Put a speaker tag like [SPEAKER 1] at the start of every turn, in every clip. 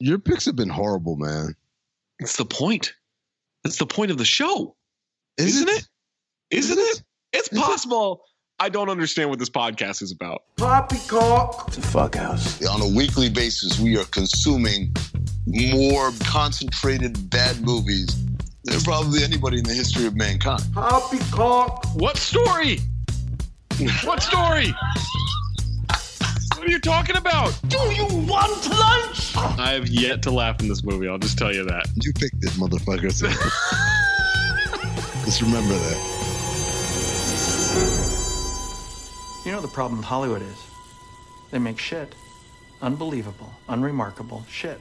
[SPEAKER 1] Your picks have been horrible, man.
[SPEAKER 2] That's the point. That's the point of the show, is not it? Isn't it? It's
[SPEAKER 1] Is it?
[SPEAKER 2] possible. I don't understand what this podcast is about.
[SPEAKER 3] Poppycock.
[SPEAKER 4] It's a fuck house.
[SPEAKER 5] On a weekly basis, we are consuming more concentrated bad movies than probably anybody in the history of mankind.
[SPEAKER 3] Poppycock.
[SPEAKER 2] What story? What story? what are you talking about? Do you want lunch? I have yet to laugh in this movie. I'll just tell you that.
[SPEAKER 1] You picked it, motherfucker. So just remember that.
[SPEAKER 6] You know the problem with Hollywood is? They make shit. Unbelievable, unremarkable shit.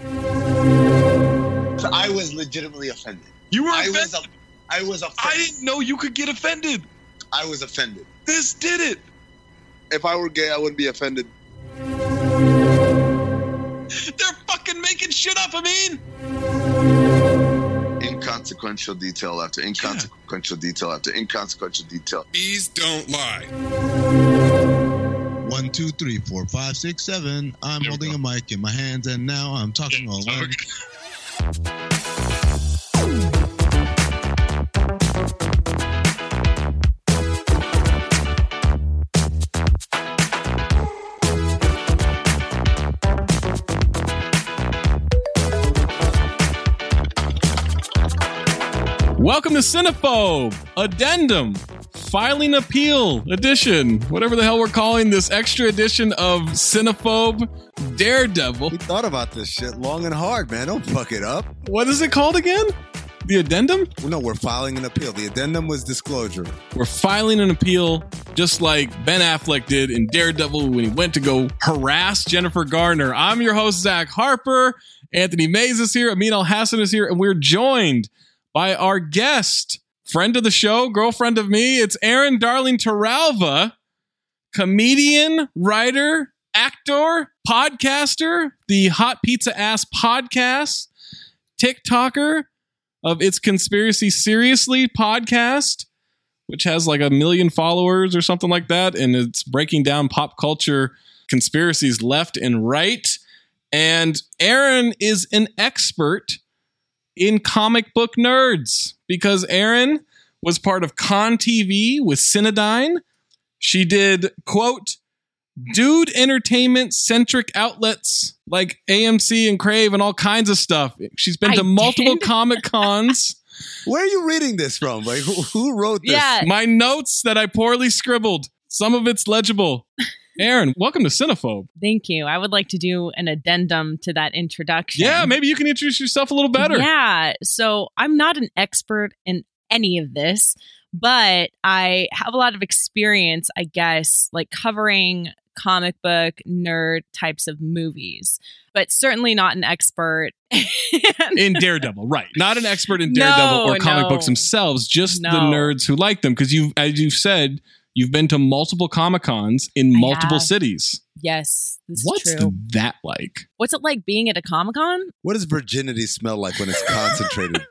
[SPEAKER 5] So I was legitimately offended.
[SPEAKER 2] You were
[SPEAKER 5] I
[SPEAKER 2] offended.
[SPEAKER 5] was, I was
[SPEAKER 2] I
[SPEAKER 5] offended.
[SPEAKER 2] didn't know you could get offended.
[SPEAKER 5] I was offended.
[SPEAKER 2] This did it.
[SPEAKER 5] If I were gay, I wouldn't be offended.
[SPEAKER 2] They're fucking making shit up. I mean,
[SPEAKER 5] Inconsequential detail after inconsequential detail after inconsequential detail.
[SPEAKER 7] Bees don't lie.
[SPEAKER 1] One, two, three, four, five, six, seven.
[SPEAKER 2] There
[SPEAKER 1] I'm
[SPEAKER 2] we
[SPEAKER 1] holding a mic in my hands, and now I'm talking all alone.
[SPEAKER 8] Welcome to Cinephobe Addendum Filing Appeal Edition, whatever the hell we're calling this extra edition of Cinephobe Daredevil.
[SPEAKER 1] We thought about this shit long and hard, man. Don't fuck it up.
[SPEAKER 8] What is it called again? The addendum?
[SPEAKER 1] No, we're filing an appeal. The addendum was disclosure.
[SPEAKER 8] We're filing an appeal just like Ben Affleck did in Daredevil when he went to go harass Jennifer Garner. I'm your host, Zach Harper. Anthony Mays is here. Amin Al Hassan is here. And we're joined by our guest, friend of the show, girlfriend of me. It's Aaron Darling Taralva, comedian, writer, actor, podcaster, the Hot Pizza Ass podcast, TikToker of It's Conspiracy Seriously podcast which has like a million followers or something like that. And it's breaking down pop culture conspiracies left and right. And Aaron is an expert in comic book nerds because Aaron was part of Con TV with Cinedyne. She did, quote, dude entertainment centric outlets like AMC and Crave and all kinds of stuff. She's been
[SPEAKER 9] I
[SPEAKER 8] to multiple
[SPEAKER 9] did.
[SPEAKER 8] comic cons.
[SPEAKER 1] Where are you reading this from? Like, who, who wrote this?
[SPEAKER 9] Yeah.
[SPEAKER 8] my notes that I poorly scribbled. Some of it's legible. Aaron, welcome to Cinephobe.
[SPEAKER 9] Thank you. I would like to do an addendum to that introduction.
[SPEAKER 8] Yeah, maybe you can introduce yourself a little better.
[SPEAKER 9] Yeah. So I'm not an expert in any of this, but I have a lot of experience, I guess, like covering comic book nerd types of movies, but certainly not an expert.
[SPEAKER 8] In Daredevil, right? Not an expert in Daredevil
[SPEAKER 9] No,
[SPEAKER 8] or comic
[SPEAKER 9] no.
[SPEAKER 8] books themselves, just the
[SPEAKER 9] No.
[SPEAKER 8] nerds who like them. Because you, as you said, you've been to multiple comic cons in
[SPEAKER 9] I
[SPEAKER 8] multiple
[SPEAKER 9] have.
[SPEAKER 8] cities.
[SPEAKER 9] yes, this is
[SPEAKER 8] What's
[SPEAKER 9] true.
[SPEAKER 8] that like?
[SPEAKER 9] What's it like being at a Comic Con?
[SPEAKER 1] What does virginity smell like when it's concentrated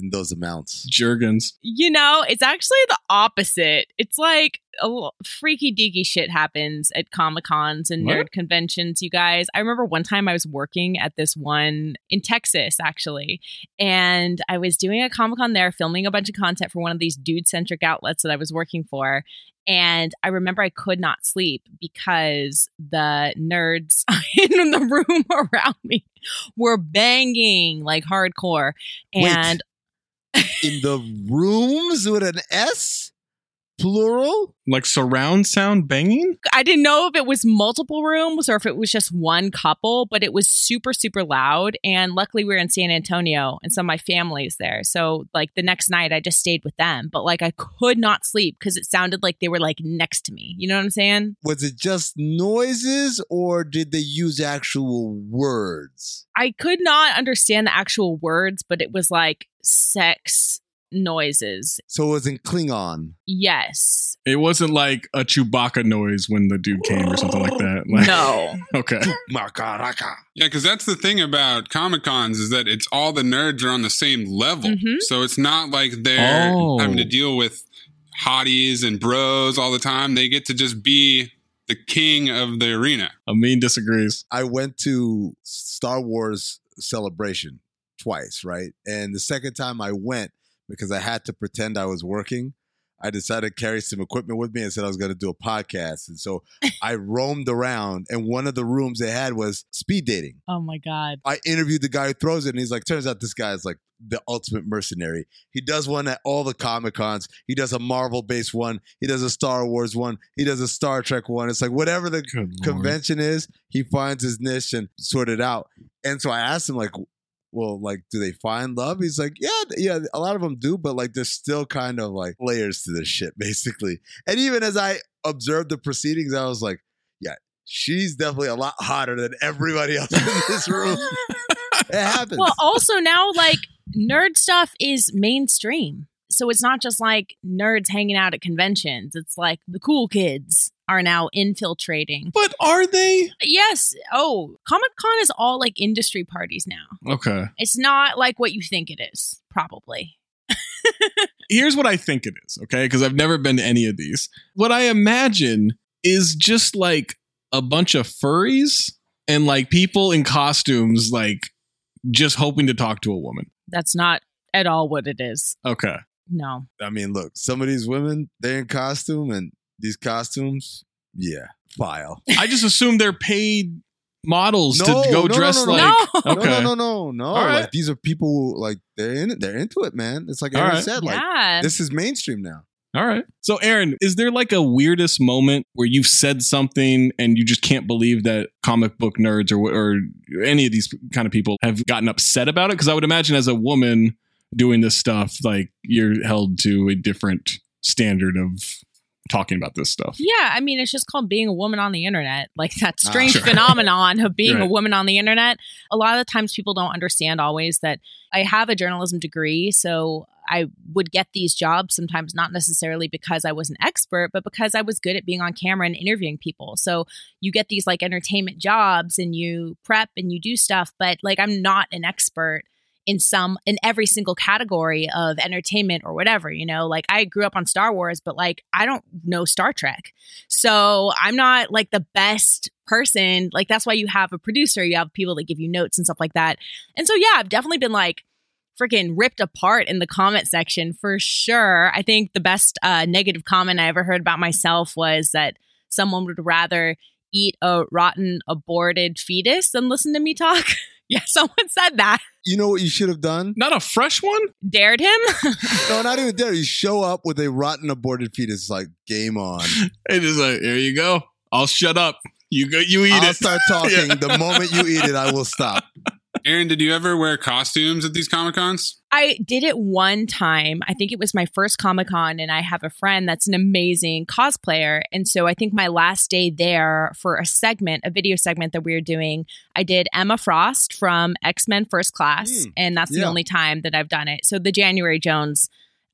[SPEAKER 1] in those amounts?
[SPEAKER 8] Jergens.
[SPEAKER 9] you know, it's actually the opposite. It's like a l- freaky deaky shit happens at comic cons and
[SPEAKER 8] What?
[SPEAKER 9] nerd conventions. You guys, I remember one time I was working at this one in Texas, actually, and I was doing a comic con there, filming a bunch of content for one of these dude centric outlets that I was working for. And I remember I could not sleep because the nerds in the room around me were banging like hardcore.
[SPEAKER 1] Wait.
[SPEAKER 9] And
[SPEAKER 1] In the rooms with an S? Plural?
[SPEAKER 8] Like surround sound banging?
[SPEAKER 9] I didn't know if it was multiple rooms or if it was just one couple, but it was super, super loud. And luckily, we were in San Antonio and some of my family's there. So, like, the next night I just stayed with them, but like, I could not sleep because it sounded like they were like next to me. You know what I'm saying?
[SPEAKER 1] Was it just noises or did they use actual words?
[SPEAKER 9] I could not understand the actual words, but it was like sex noises.
[SPEAKER 1] So it was in Klingon.
[SPEAKER 9] Yes.
[SPEAKER 8] It wasn't like a Chewbacca noise when the dude came or something like that. Like,
[SPEAKER 9] No.
[SPEAKER 8] Okay.
[SPEAKER 1] Makaraka.
[SPEAKER 7] Yeah, because that's the thing about Comic Cons is that it's all the nerds are on the same level.
[SPEAKER 9] Mhm.
[SPEAKER 7] So it's not like they're
[SPEAKER 8] Mm-hmm. Oh.
[SPEAKER 7] having to deal with hotties and bros all the time. They get to just be the king of the arena.
[SPEAKER 8] Amin disagrees.
[SPEAKER 1] I went to Star Wars Celebration twice, right? And the second time I went, because I had to pretend I was working, I decided to carry some equipment with me and said I was going to do a podcast. And so I roamed around, and one of the rooms they had was speed dating.
[SPEAKER 9] Oh my God.
[SPEAKER 1] I interviewed the guy who throws it, and he's like, turns out this guy is like the ultimate mercenary. He does one at all the Comic Cons. He does a Marvel based one. He does a Star Wars one. He does a Star Trek one. It's like whatever the
[SPEAKER 8] Good
[SPEAKER 1] convention is, he finds his niche and sort it out. And so I asked him, like, well, like, do they find love? He's like, yeah, yeah, a lot of them do, but like, there's still kind of like layers to this shit, basically. And even as I observed the proceedings, I was like, yeah, she's definitely a lot hotter than everybody else in this room. it happens.
[SPEAKER 9] Well, also now, like, nerd stuff is mainstream. So it's not just like nerds hanging out at conventions. It's like the cool kids are now infiltrating.
[SPEAKER 8] But are they?
[SPEAKER 9] Yes. Oh, Comic Con is all like industry parties now.
[SPEAKER 8] Okay.
[SPEAKER 9] It's not like what you think it is, probably.
[SPEAKER 8] here's what I think it is, okay? Because I've never been to any of these. What I imagine is just like a bunch of furries and like people in costumes, like just hoping to talk to a woman.
[SPEAKER 9] That's not at all what it is.
[SPEAKER 8] Okay.
[SPEAKER 9] No.
[SPEAKER 1] I mean, look, some of these women, they're in costume, and these costumes, yeah, file.
[SPEAKER 8] I just assume they're paid models
[SPEAKER 1] No,
[SPEAKER 8] to go
[SPEAKER 1] no, no,
[SPEAKER 8] dress
[SPEAKER 1] no, no.
[SPEAKER 8] like.
[SPEAKER 9] no.
[SPEAKER 8] Okay.
[SPEAKER 1] No, no, no, no, no.
[SPEAKER 8] All right.
[SPEAKER 1] Like these are people who like they're in it. They're into it, man. It's like
[SPEAKER 8] All
[SPEAKER 1] Aaron
[SPEAKER 8] right.
[SPEAKER 1] said, like
[SPEAKER 9] yeah.
[SPEAKER 1] this is mainstream now.
[SPEAKER 8] All right. So, Aaron, is there like a weirdest moment where you've said something and you just can't believe that comic book nerds or or any of these kind of people have gotten upset about it? Because I would imagine as a woman doing this stuff, like you're held to a different standard of talking about this stuff.
[SPEAKER 9] Yeah, I mean, it's just called being a woman on the internet. Like that
[SPEAKER 1] Ah,
[SPEAKER 9] strange
[SPEAKER 8] sure.
[SPEAKER 9] phenomenon of being a
[SPEAKER 8] Right.
[SPEAKER 9] woman on the internet. A lot of the times people don't understand always that I have a journalism degree. So I would get these jobs sometimes not necessarily because I was an expert, but because I was good at being on camera and interviewing people. So you get these like entertainment jobs and you prep and you do stuff, but like I'm not an expert in some in every single category of entertainment or whatever, you know? Like I grew up on Star Wars, but like I don't know Star Trek. So I'm not like the best person. Like that's why you have a producer, you have people that give you notes and stuff like that. And so yeah, I've definitely been like freaking ripped apart in the comment section for sure. I think the best uh, negative comment I ever heard about myself was that someone would rather eat a rotten aborted fetus than listen to me talk. yeah, someone said that.
[SPEAKER 1] You know what you should have done?
[SPEAKER 8] Not a fresh one?
[SPEAKER 9] Dared him.
[SPEAKER 1] No, not even there. You show up with a rotten aborted fetus. It's Like game on.
[SPEAKER 8] It is like, here you go. I'll shut up. You go you eat
[SPEAKER 1] I'll
[SPEAKER 8] it.
[SPEAKER 1] start talking. The moment you eat it, I will stop.
[SPEAKER 7] Aaron, did you ever wear costumes at these Comic Cons?
[SPEAKER 9] I did it one time. I think it was my first Comic Con, and I have a friend that's an amazing cosplayer. And so I think my last day there for a segment, a video segment that we were doing, I did Emma Frost from X Men First Class.
[SPEAKER 1] Mm,
[SPEAKER 9] and that's the
[SPEAKER 1] yeah.
[SPEAKER 9] only time that I've done it. So the January Jones,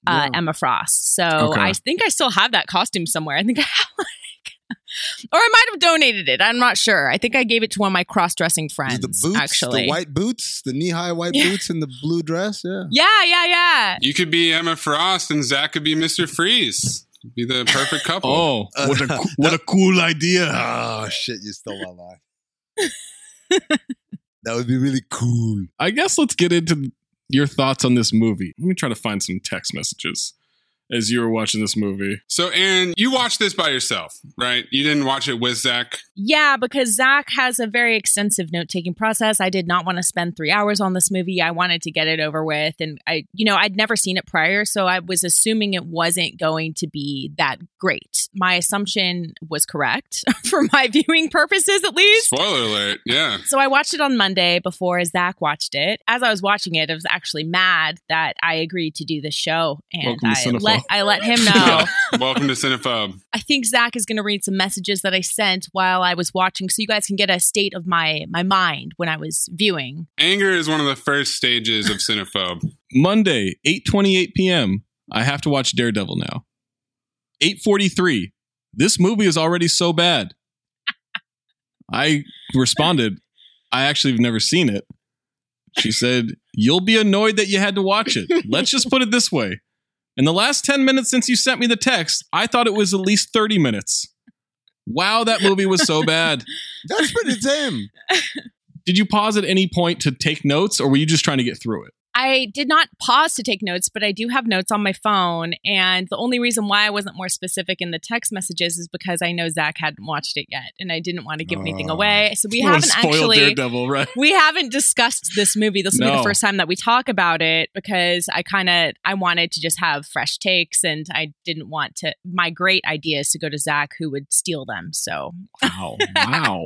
[SPEAKER 9] uh, Emma Frost. So
[SPEAKER 8] Okay.
[SPEAKER 9] I think I still have that costume somewhere. I think I have like. Or I might have donated it. I'm not sure. I think I gave it to one of my cross-dressing friends.
[SPEAKER 1] the boots,
[SPEAKER 9] actually,
[SPEAKER 1] the white boots, the knee-high white
[SPEAKER 9] Yeah.
[SPEAKER 1] boots, and the blue dress. Yeah.
[SPEAKER 9] yeah, yeah, yeah.
[SPEAKER 7] You could be Emma Frost and Zach could be Mr. Freeze. Be the perfect couple.
[SPEAKER 8] Oh, what a coo- what a cool idea.
[SPEAKER 1] Oh shit! You stole my line. that would be really cool.
[SPEAKER 8] I guess let's get into your thoughts on this movie. Let me try to find some text messages as you were watching this movie.
[SPEAKER 7] So, Aaron, you watched this by yourself, right? You didn't watch it with Zach.
[SPEAKER 9] Yeah, because Zach has a very extensive note taking process. I did not want to spend three hours on this movie. I wanted to get it over with. And I, you know, I'd never seen it prior. So I was assuming it wasn't going to be that great. My assumption was correct for my viewing purposes, at least.
[SPEAKER 7] Spoiler alert. Yeah.
[SPEAKER 9] So I watched it on Monday before Zach watched it. As I was watching it, I was actually mad that I agreed to do this show. And
[SPEAKER 8] Welcome to
[SPEAKER 9] I
[SPEAKER 8] Cinephile.
[SPEAKER 9] let, I let him know.
[SPEAKER 7] Welcome to Cinephobe.
[SPEAKER 9] I think Zach is going to read some messages that I sent while I was watching, so you guys can get a state of my my mind when I was viewing.
[SPEAKER 7] Anger is one of the first stages of Cinephobe.
[SPEAKER 8] Monday, 8:28 p.m. I have to watch Daredevil now. 8:43. This movie is already so bad. I responded, I actually have never seen it. She said, "You'll be annoyed that you had to watch it. Let's just put it this way. In the last 10 minutes since you sent me the text, I thought it was at least 30 minutes. Wow, that movie was so bad.
[SPEAKER 1] That's pretty tame.
[SPEAKER 8] Did you pause at any point to take notes, or were you just trying to get through it?
[SPEAKER 9] I did not pause to take notes, but I do have notes on my phone. And the only reason why I wasn't more specific in the text messages is because I know Zach hadn't watched it yet, and I didn't want to give anything
[SPEAKER 1] Oh.
[SPEAKER 9] away. So we
[SPEAKER 8] Don't wanna
[SPEAKER 9] haven't
[SPEAKER 8] spoil
[SPEAKER 9] actually.
[SPEAKER 8] Daredevil, right?
[SPEAKER 9] we haven't discussed this movie. This will be
[SPEAKER 8] No.
[SPEAKER 9] the first time that we talk about it because I kind of I wanted to just have fresh takes and I didn't want to my great ideas to go to Zach who would steal them. So
[SPEAKER 8] Wow, wow,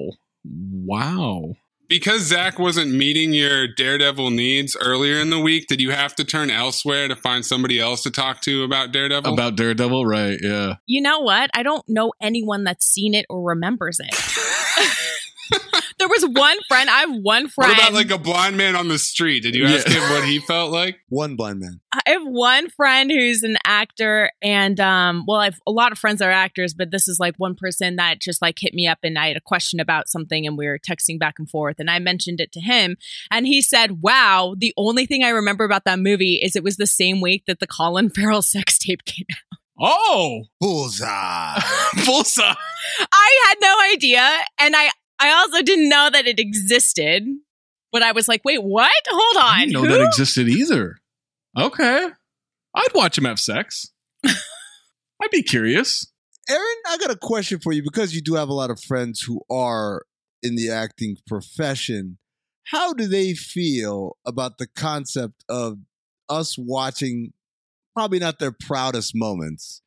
[SPEAKER 8] wow.
[SPEAKER 7] Because Zach wasn't meeting your Daredevil needs earlier in the week, did you have to turn elsewhere to find somebody else to talk to about Daredevil?
[SPEAKER 8] About Daredevil, right? Yeah.
[SPEAKER 9] you know what? I don't know anyone that's seen it or remembers it. there was one friend. I have one friend.
[SPEAKER 7] What about like a blind man on the street? Did you ask
[SPEAKER 8] Yeah.
[SPEAKER 7] him what he felt like?
[SPEAKER 1] One blind man.
[SPEAKER 9] I have one friend who's an actor, and um, well, I have a lot of friends that are actors, but this is like one person that just like hit me up, and I had a question about something, and we were texting back and forth, and I mentioned it to him, and he said, "Wow, the only thing I remember about that movie is it was the same week that the Colin Farrell sex tape came out."
[SPEAKER 8] Oh,
[SPEAKER 1] Bullseye.
[SPEAKER 8] Bullseye.
[SPEAKER 9] I had no idea, and I I also didn't know that it existed. But I was like, "Wait, what? Hold on,
[SPEAKER 8] I didn't know
[SPEAKER 9] who?"
[SPEAKER 8] that existed either. Okay. I'd watch him have sex. I'd be curious.
[SPEAKER 1] Aaron, I got a question for you because you do have a lot of friends who are in the acting profession. How do they feel about the concept of us watching probably not their proudest moments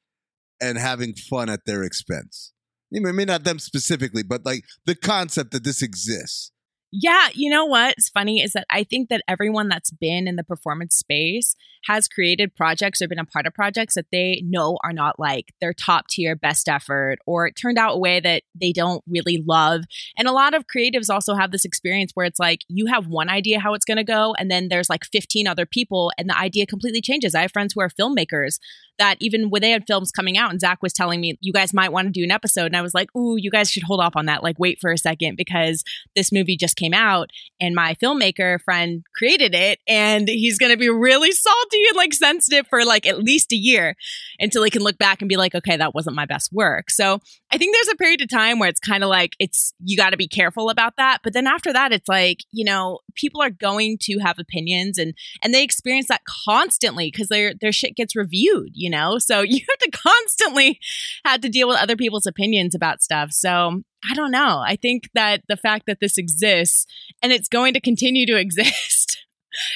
[SPEAKER 1] and having fun at their expense? I mean, maybe not them specifically, but like the concept that this exists.
[SPEAKER 9] Yeah, you know what's funny is that I think that everyone that's been in the performance space has created projects or been a part of projects that they know are not like their top tier best effort or it turned out a way that they don't really love. And a lot of creatives also have this experience where it's like you have one idea how it's going to go and then there's like 15 other people and the idea completely changes. I have friends who are filmmakers that even when they had films coming out and Zach was telling me you guys might want to do an episode and I was like, "Ooh, you guys should hold off on that. Like wait for a second because this movie just came out and my filmmaker friend created it and he's going to be really salty and like sensitive for like at least a year until he can look back and be like okay that wasn't my best work so i think there's a period of time where it's kind of like it's you got to be careful about that but then after that it's like you know people are going to have opinions and and they experience that constantly because their their shit gets reviewed you know so you have to constantly have to deal with other people's opinions about stuff so I don't know. I think that the fact that this exists and it's going to continue to exist,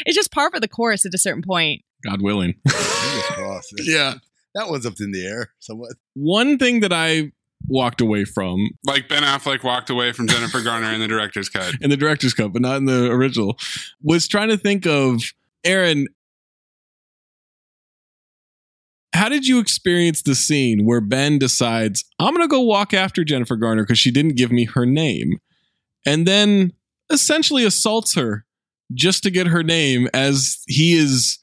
[SPEAKER 9] it's just par for the course at a certain point.
[SPEAKER 8] God willing.
[SPEAKER 1] Fingers crossed.
[SPEAKER 8] yeah.
[SPEAKER 1] That one's up in the air somewhat.
[SPEAKER 8] One thing that I walked away from
[SPEAKER 7] Like Ben Affleck walked away from Jennifer Garner in the director's cut.
[SPEAKER 8] in the director's cut, but not in the original, was trying to think of Aaron. How did you experience the scene where Ben decides, I'm going to go walk after Jennifer Garner because she didn't give me her name? And then essentially assaults her just to get her name as he is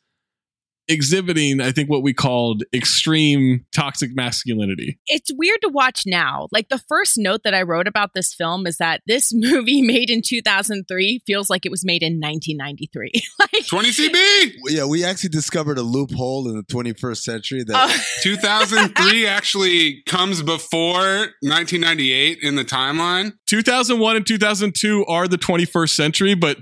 [SPEAKER 8] exhibiting, I think, what we called extreme toxic masculinity.
[SPEAKER 9] It's weird to watch now. Like the first note that I wrote about this film is that this movie made in 2003 feels like it was made in 1993. like
[SPEAKER 7] 20 CB!
[SPEAKER 1] Yeah, we actually discovered a loophole in the 21st century that
[SPEAKER 9] oh,
[SPEAKER 7] 2003 actually comes before 1998 in the timeline.
[SPEAKER 8] 2001 and 2002 are the 21st century, but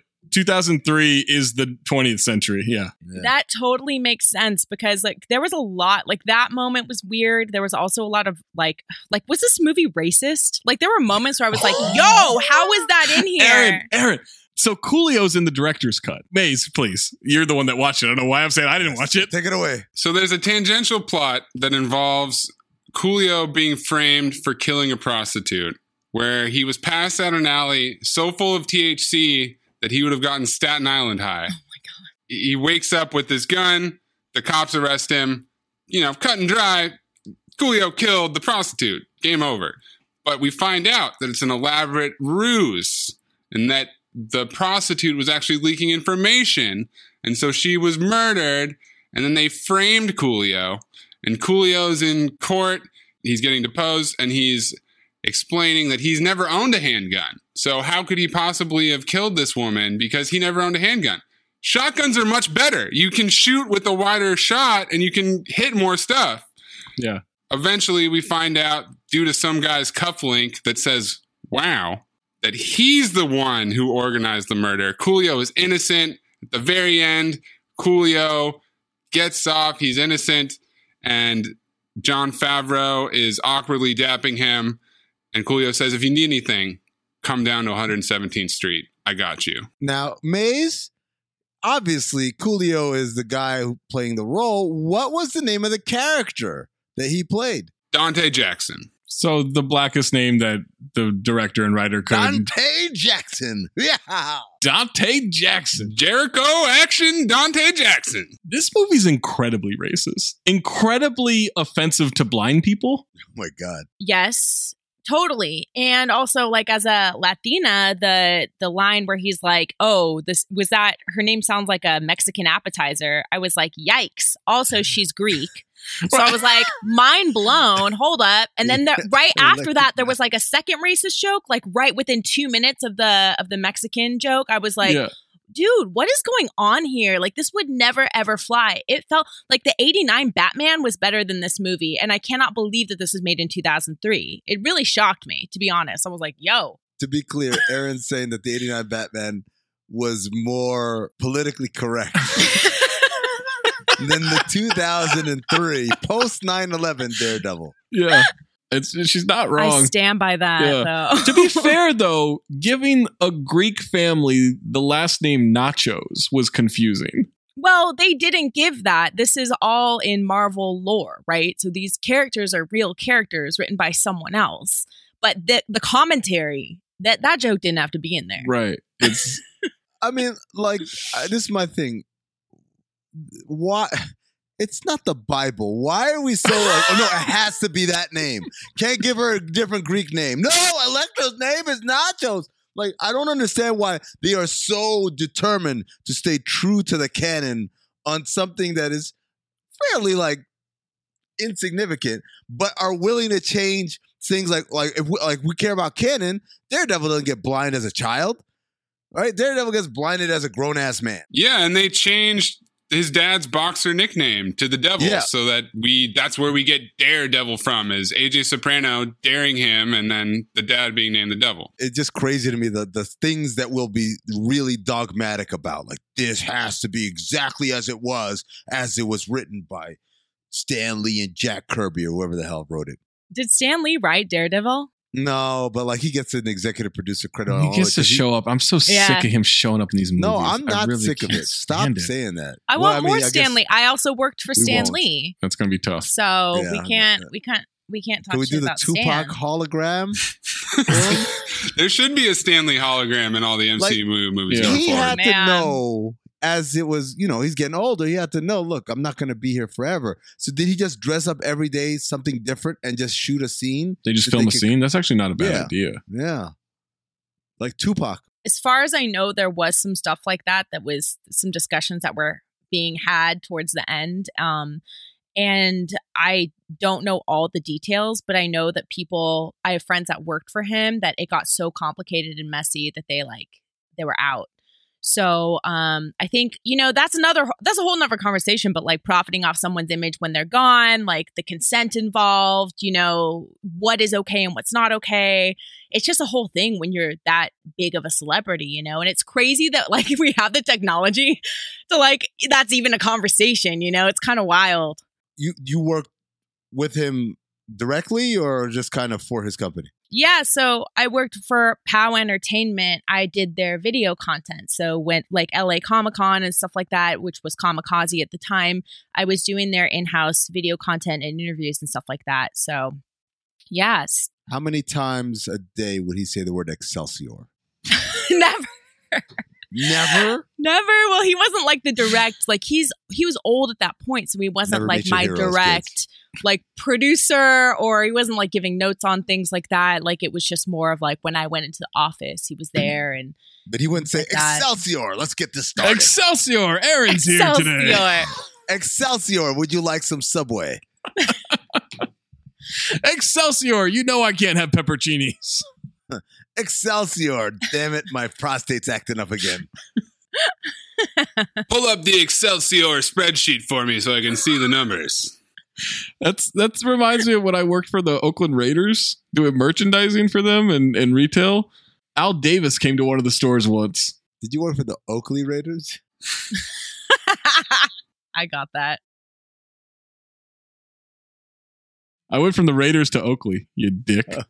[SPEAKER 8] 2003 is the 20th century. Yeah.
[SPEAKER 9] that totally makes sense because like there was a lot like that moment was weird. There was also a lot of like like was this movie racist? Like there were moments where I was like, "Yo, how is that in here?"
[SPEAKER 8] Aaron, Aaron. So Coolio's in the director's cut. Maze, please. You're the one that watched it. I don't know why I'm saying I didn't watch it.
[SPEAKER 1] Take it away.
[SPEAKER 7] So there's a tangential plot that involves Coolio being framed for killing a prostitute, where he was passed out an alley so full of THC that he would have gotten Staten Island high. Oh my god! He wakes up with his gun. The cops arrest him. You know, cut and dry. Coolio killed the prostitute. Game over. But we find out that it's an elaborate ruse, and that the prostitute was actually leaking information, and so she was murdered. And then they framed Coolio, and Coolio's in court. He's getting deposed, and he's explaining that he's never owned a handgun. So how could he possibly have killed this woman because he never owned a handgun? Shotguns are much better. You can shoot with a wider shot, and you can hit more stuff.
[SPEAKER 8] Yeah.
[SPEAKER 7] Eventually, we find out due to some guy's cufflink that says, wow, that he's the one who organized the murder. Coolio is innocent. At the very end, Coolio gets off. He's innocent. And John Favreau is awkwardly dapping him. And Coolio says, if you need anything, come down to 117th Street. I got you.
[SPEAKER 1] Now, Maze, obviously, Coolio is the guy who- playing the role. What was the name of the character that he played?
[SPEAKER 7] Dante Jackson.
[SPEAKER 8] So the blackest name that the director and writer could
[SPEAKER 1] Dante Jackson. Yeah. Oh
[SPEAKER 8] Dante Jackson.
[SPEAKER 7] Jericho action Dante Jackson.
[SPEAKER 8] This movie's incredibly racist, incredibly offensive to blind people.
[SPEAKER 1] Oh my God.
[SPEAKER 9] Yes, totally. And also, like as a Latina, the the line where he's like, "Oh, this was that her name sounds like a Mexican appetizer." I was like, "Yikes!" Also, she's Greek. So I was like, mind blown. Hold up, and then the, right
[SPEAKER 1] I like
[SPEAKER 9] after that, there was like a second racist joke. Like right within two minutes of the of the Mexican joke, I was like,
[SPEAKER 8] yeah.
[SPEAKER 9] dude, what is going on here? Like, this would never, ever fly. It felt like the 89 Batman was better than this movie. And I cannot believe that this was made in 2003. It really shocked me, to be honest. I was like, yo,
[SPEAKER 1] To be clear, Aaron's saying that the 89 Batman was more politically correct than the 2003 post 9 11 Daredevil.
[SPEAKER 8] Yeah. It's she's not wrong.
[SPEAKER 9] I stand by that, though.
[SPEAKER 8] to be fair though, giving a Greek family the last name Nachos was confusing.
[SPEAKER 9] well, they didn't give that. This is all in Marvel lore, right? So these characters are real characters written by someone else. But the, the commentary, that, that joke didn't have to be in there.
[SPEAKER 8] Right. It's
[SPEAKER 1] I mean, like, I- this is my thing. Why? It's not the Bible. Why are we so like, oh no, it has to be that name. Can't give her a different Greek name. No, Electra's name is Nachos. Like, I don't understand why they are so determined to stay true to the canon on something that is fairly like insignificant, but are willing to change things like like if we, like we care about canon, Daredevil doesn't get blind as a child. Right? Daredevil gets blinded as a grown ass man.
[SPEAKER 7] Yeah, and they changed his dad's boxer nickname to the devil
[SPEAKER 1] Yeah.
[SPEAKER 7] so that we that's where we get daredevil from is aj soprano daring him and then the dad being named the devil
[SPEAKER 1] It's just crazy to me the the things that we'll be really dogmatic about. Like this has to be exactly as it was, as it was written by Stan Lee and Jack Kirby or whoever the hell wrote it.
[SPEAKER 9] Did Stan Lee write Daredevil?
[SPEAKER 1] No, but like he gets an executive producer credit. on
[SPEAKER 8] he
[SPEAKER 1] all
[SPEAKER 8] gets
[SPEAKER 1] it
[SPEAKER 8] to
[SPEAKER 1] 'cause he-
[SPEAKER 8] show up. I'm so
[SPEAKER 9] Yeah.
[SPEAKER 8] sick of him showing up in these movies.
[SPEAKER 1] No, I'm
[SPEAKER 8] I
[SPEAKER 1] not
[SPEAKER 8] really
[SPEAKER 1] sick of
[SPEAKER 8] can't
[SPEAKER 1] it. Stop
[SPEAKER 8] stand it.
[SPEAKER 1] saying that.
[SPEAKER 9] I
[SPEAKER 1] Well,
[SPEAKER 9] want
[SPEAKER 1] mean,
[SPEAKER 9] more
[SPEAKER 1] I guess-
[SPEAKER 9] Stan Lee. I also worked for
[SPEAKER 1] We
[SPEAKER 9] Stan
[SPEAKER 1] won't.
[SPEAKER 9] Lee.
[SPEAKER 8] That's gonna be tough.
[SPEAKER 9] So
[SPEAKER 1] Yeah,
[SPEAKER 9] we
[SPEAKER 1] I
[SPEAKER 9] can't
[SPEAKER 1] know.
[SPEAKER 9] we can't we can't talk
[SPEAKER 1] Can we
[SPEAKER 9] shit
[SPEAKER 1] do the
[SPEAKER 9] about
[SPEAKER 1] Tupac
[SPEAKER 9] Stan.
[SPEAKER 1] hologram?
[SPEAKER 7] there should be a stanley hologram in all the mcu
[SPEAKER 1] Like,
[SPEAKER 7] mo- movies
[SPEAKER 8] Yeah.
[SPEAKER 7] going
[SPEAKER 1] he
[SPEAKER 7] forward.
[SPEAKER 1] had
[SPEAKER 9] Man.
[SPEAKER 1] to know as it was, you know, he's getting older. He had to know, look, I'm not going to be here forever. So did he just dress up every day something different and just shoot a scene?
[SPEAKER 8] They just
[SPEAKER 1] Did
[SPEAKER 8] film
[SPEAKER 1] they
[SPEAKER 8] a
[SPEAKER 1] get-
[SPEAKER 8] scene. That's actually not a bad
[SPEAKER 1] Yeah.
[SPEAKER 8] idea.
[SPEAKER 1] Yeah. Like Tupac.
[SPEAKER 9] As far as I know, there was some stuff like that that was some discussions that were being had towards the end. Um and I don't know all the details, but I know that people I have friends that worked for him that it got so complicated and messy that they like they were out. So um I think you know that's another that's a whole nother conversation but like profiting off someone's image when they're gone like the consent involved you know what is okay and what's not okay it's just a whole thing when you're that big of a celebrity you know and it's crazy that like we have the technology to like that's even a conversation you know it's kind of wild
[SPEAKER 1] You you worked with him directly or just kind of for his company?
[SPEAKER 9] Yeah, so I worked for POW Entertainment. I did their video content. So went like LA Comic Con and stuff like that, which was Kamikaze at the time. I was doing their in-house video content and interviews and stuff like that. So yes.
[SPEAKER 1] How many times a day would he say the word Excelsior?
[SPEAKER 9] Never
[SPEAKER 1] Never.
[SPEAKER 9] never. Well, he wasn't like the direct, like he's he was old at that point, so he wasn't
[SPEAKER 1] Never
[SPEAKER 9] like
[SPEAKER 1] meet your
[SPEAKER 9] my
[SPEAKER 1] heroes,
[SPEAKER 9] direct like producer or he wasn't like giving notes on things like that. Like it was just more of like when I went into the office, he was there and
[SPEAKER 1] But he wouldn't say
[SPEAKER 9] Oh my God.
[SPEAKER 1] Excelsior. Let's get this started.
[SPEAKER 8] Excelsior! Aaron's here today.
[SPEAKER 9] Excelsior.
[SPEAKER 1] Excelsior, would you like some Subway?
[SPEAKER 8] Excelsior! You know I can't have pepperoncinis.
[SPEAKER 1] Excelsior. Damn it, my prostate's acting up again.
[SPEAKER 7] pull up the excelsior spreadsheet for me so i can see the numbers
[SPEAKER 8] That's that's reminds me of when I worked for the Oakland Raiders doing merchandising for them and, and retail. Al Davis came to one of the stores once.
[SPEAKER 1] Did you work for the Oakley Raiders?
[SPEAKER 9] I got that.
[SPEAKER 8] I went from the Raiders to Oakley, you dick.
[SPEAKER 1] Hey,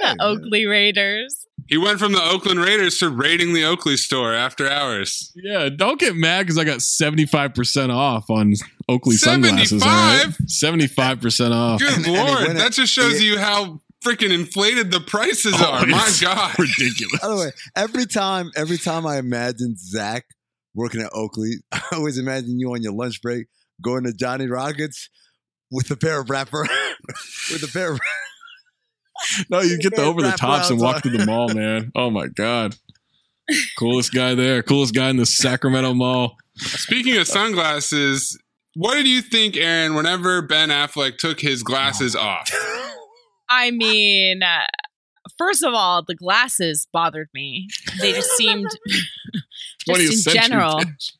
[SPEAKER 1] man.
[SPEAKER 9] the Oakley Raiders.
[SPEAKER 7] He went from the Oakland Raiders to raiding the Oakley store after hours.
[SPEAKER 8] Yeah, don't get mad because I got 75% off on Oakley sunglasses. all right? 75% off.
[SPEAKER 1] Oh,
[SPEAKER 7] Good
[SPEAKER 1] And- and he
[SPEAKER 7] lord,
[SPEAKER 1] went
[SPEAKER 7] that
[SPEAKER 1] at-
[SPEAKER 7] just shows
[SPEAKER 1] he-
[SPEAKER 7] you how freaking inflated the prices
[SPEAKER 8] Oh,
[SPEAKER 7] are. My
[SPEAKER 8] it's
[SPEAKER 7] God.
[SPEAKER 8] Ridiculous.
[SPEAKER 1] By the way, every time, every time I imagined Zach working at Oakley, I always imagine you on your lunch break going to Johnny Rockets with a pair of wrapper, with a pair of
[SPEAKER 8] No, you get the over the
[SPEAKER 1] Wrap
[SPEAKER 8] tops and
[SPEAKER 1] arounds
[SPEAKER 8] walk
[SPEAKER 1] on.
[SPEAKER 8] through the mall, man. Oh my god. Coolest guy there. Coolest guy in the Sacramento Mall.
[SPEAKER 7] Speaking of sunglasses, what did you think, Aaron, whenever Ben Affleck took his glasses off?
[SPEAKER 9] I mean, uh, first of all, the glasses bothered me. They just seemed, just in general,
[SPEAKER 8] bitch.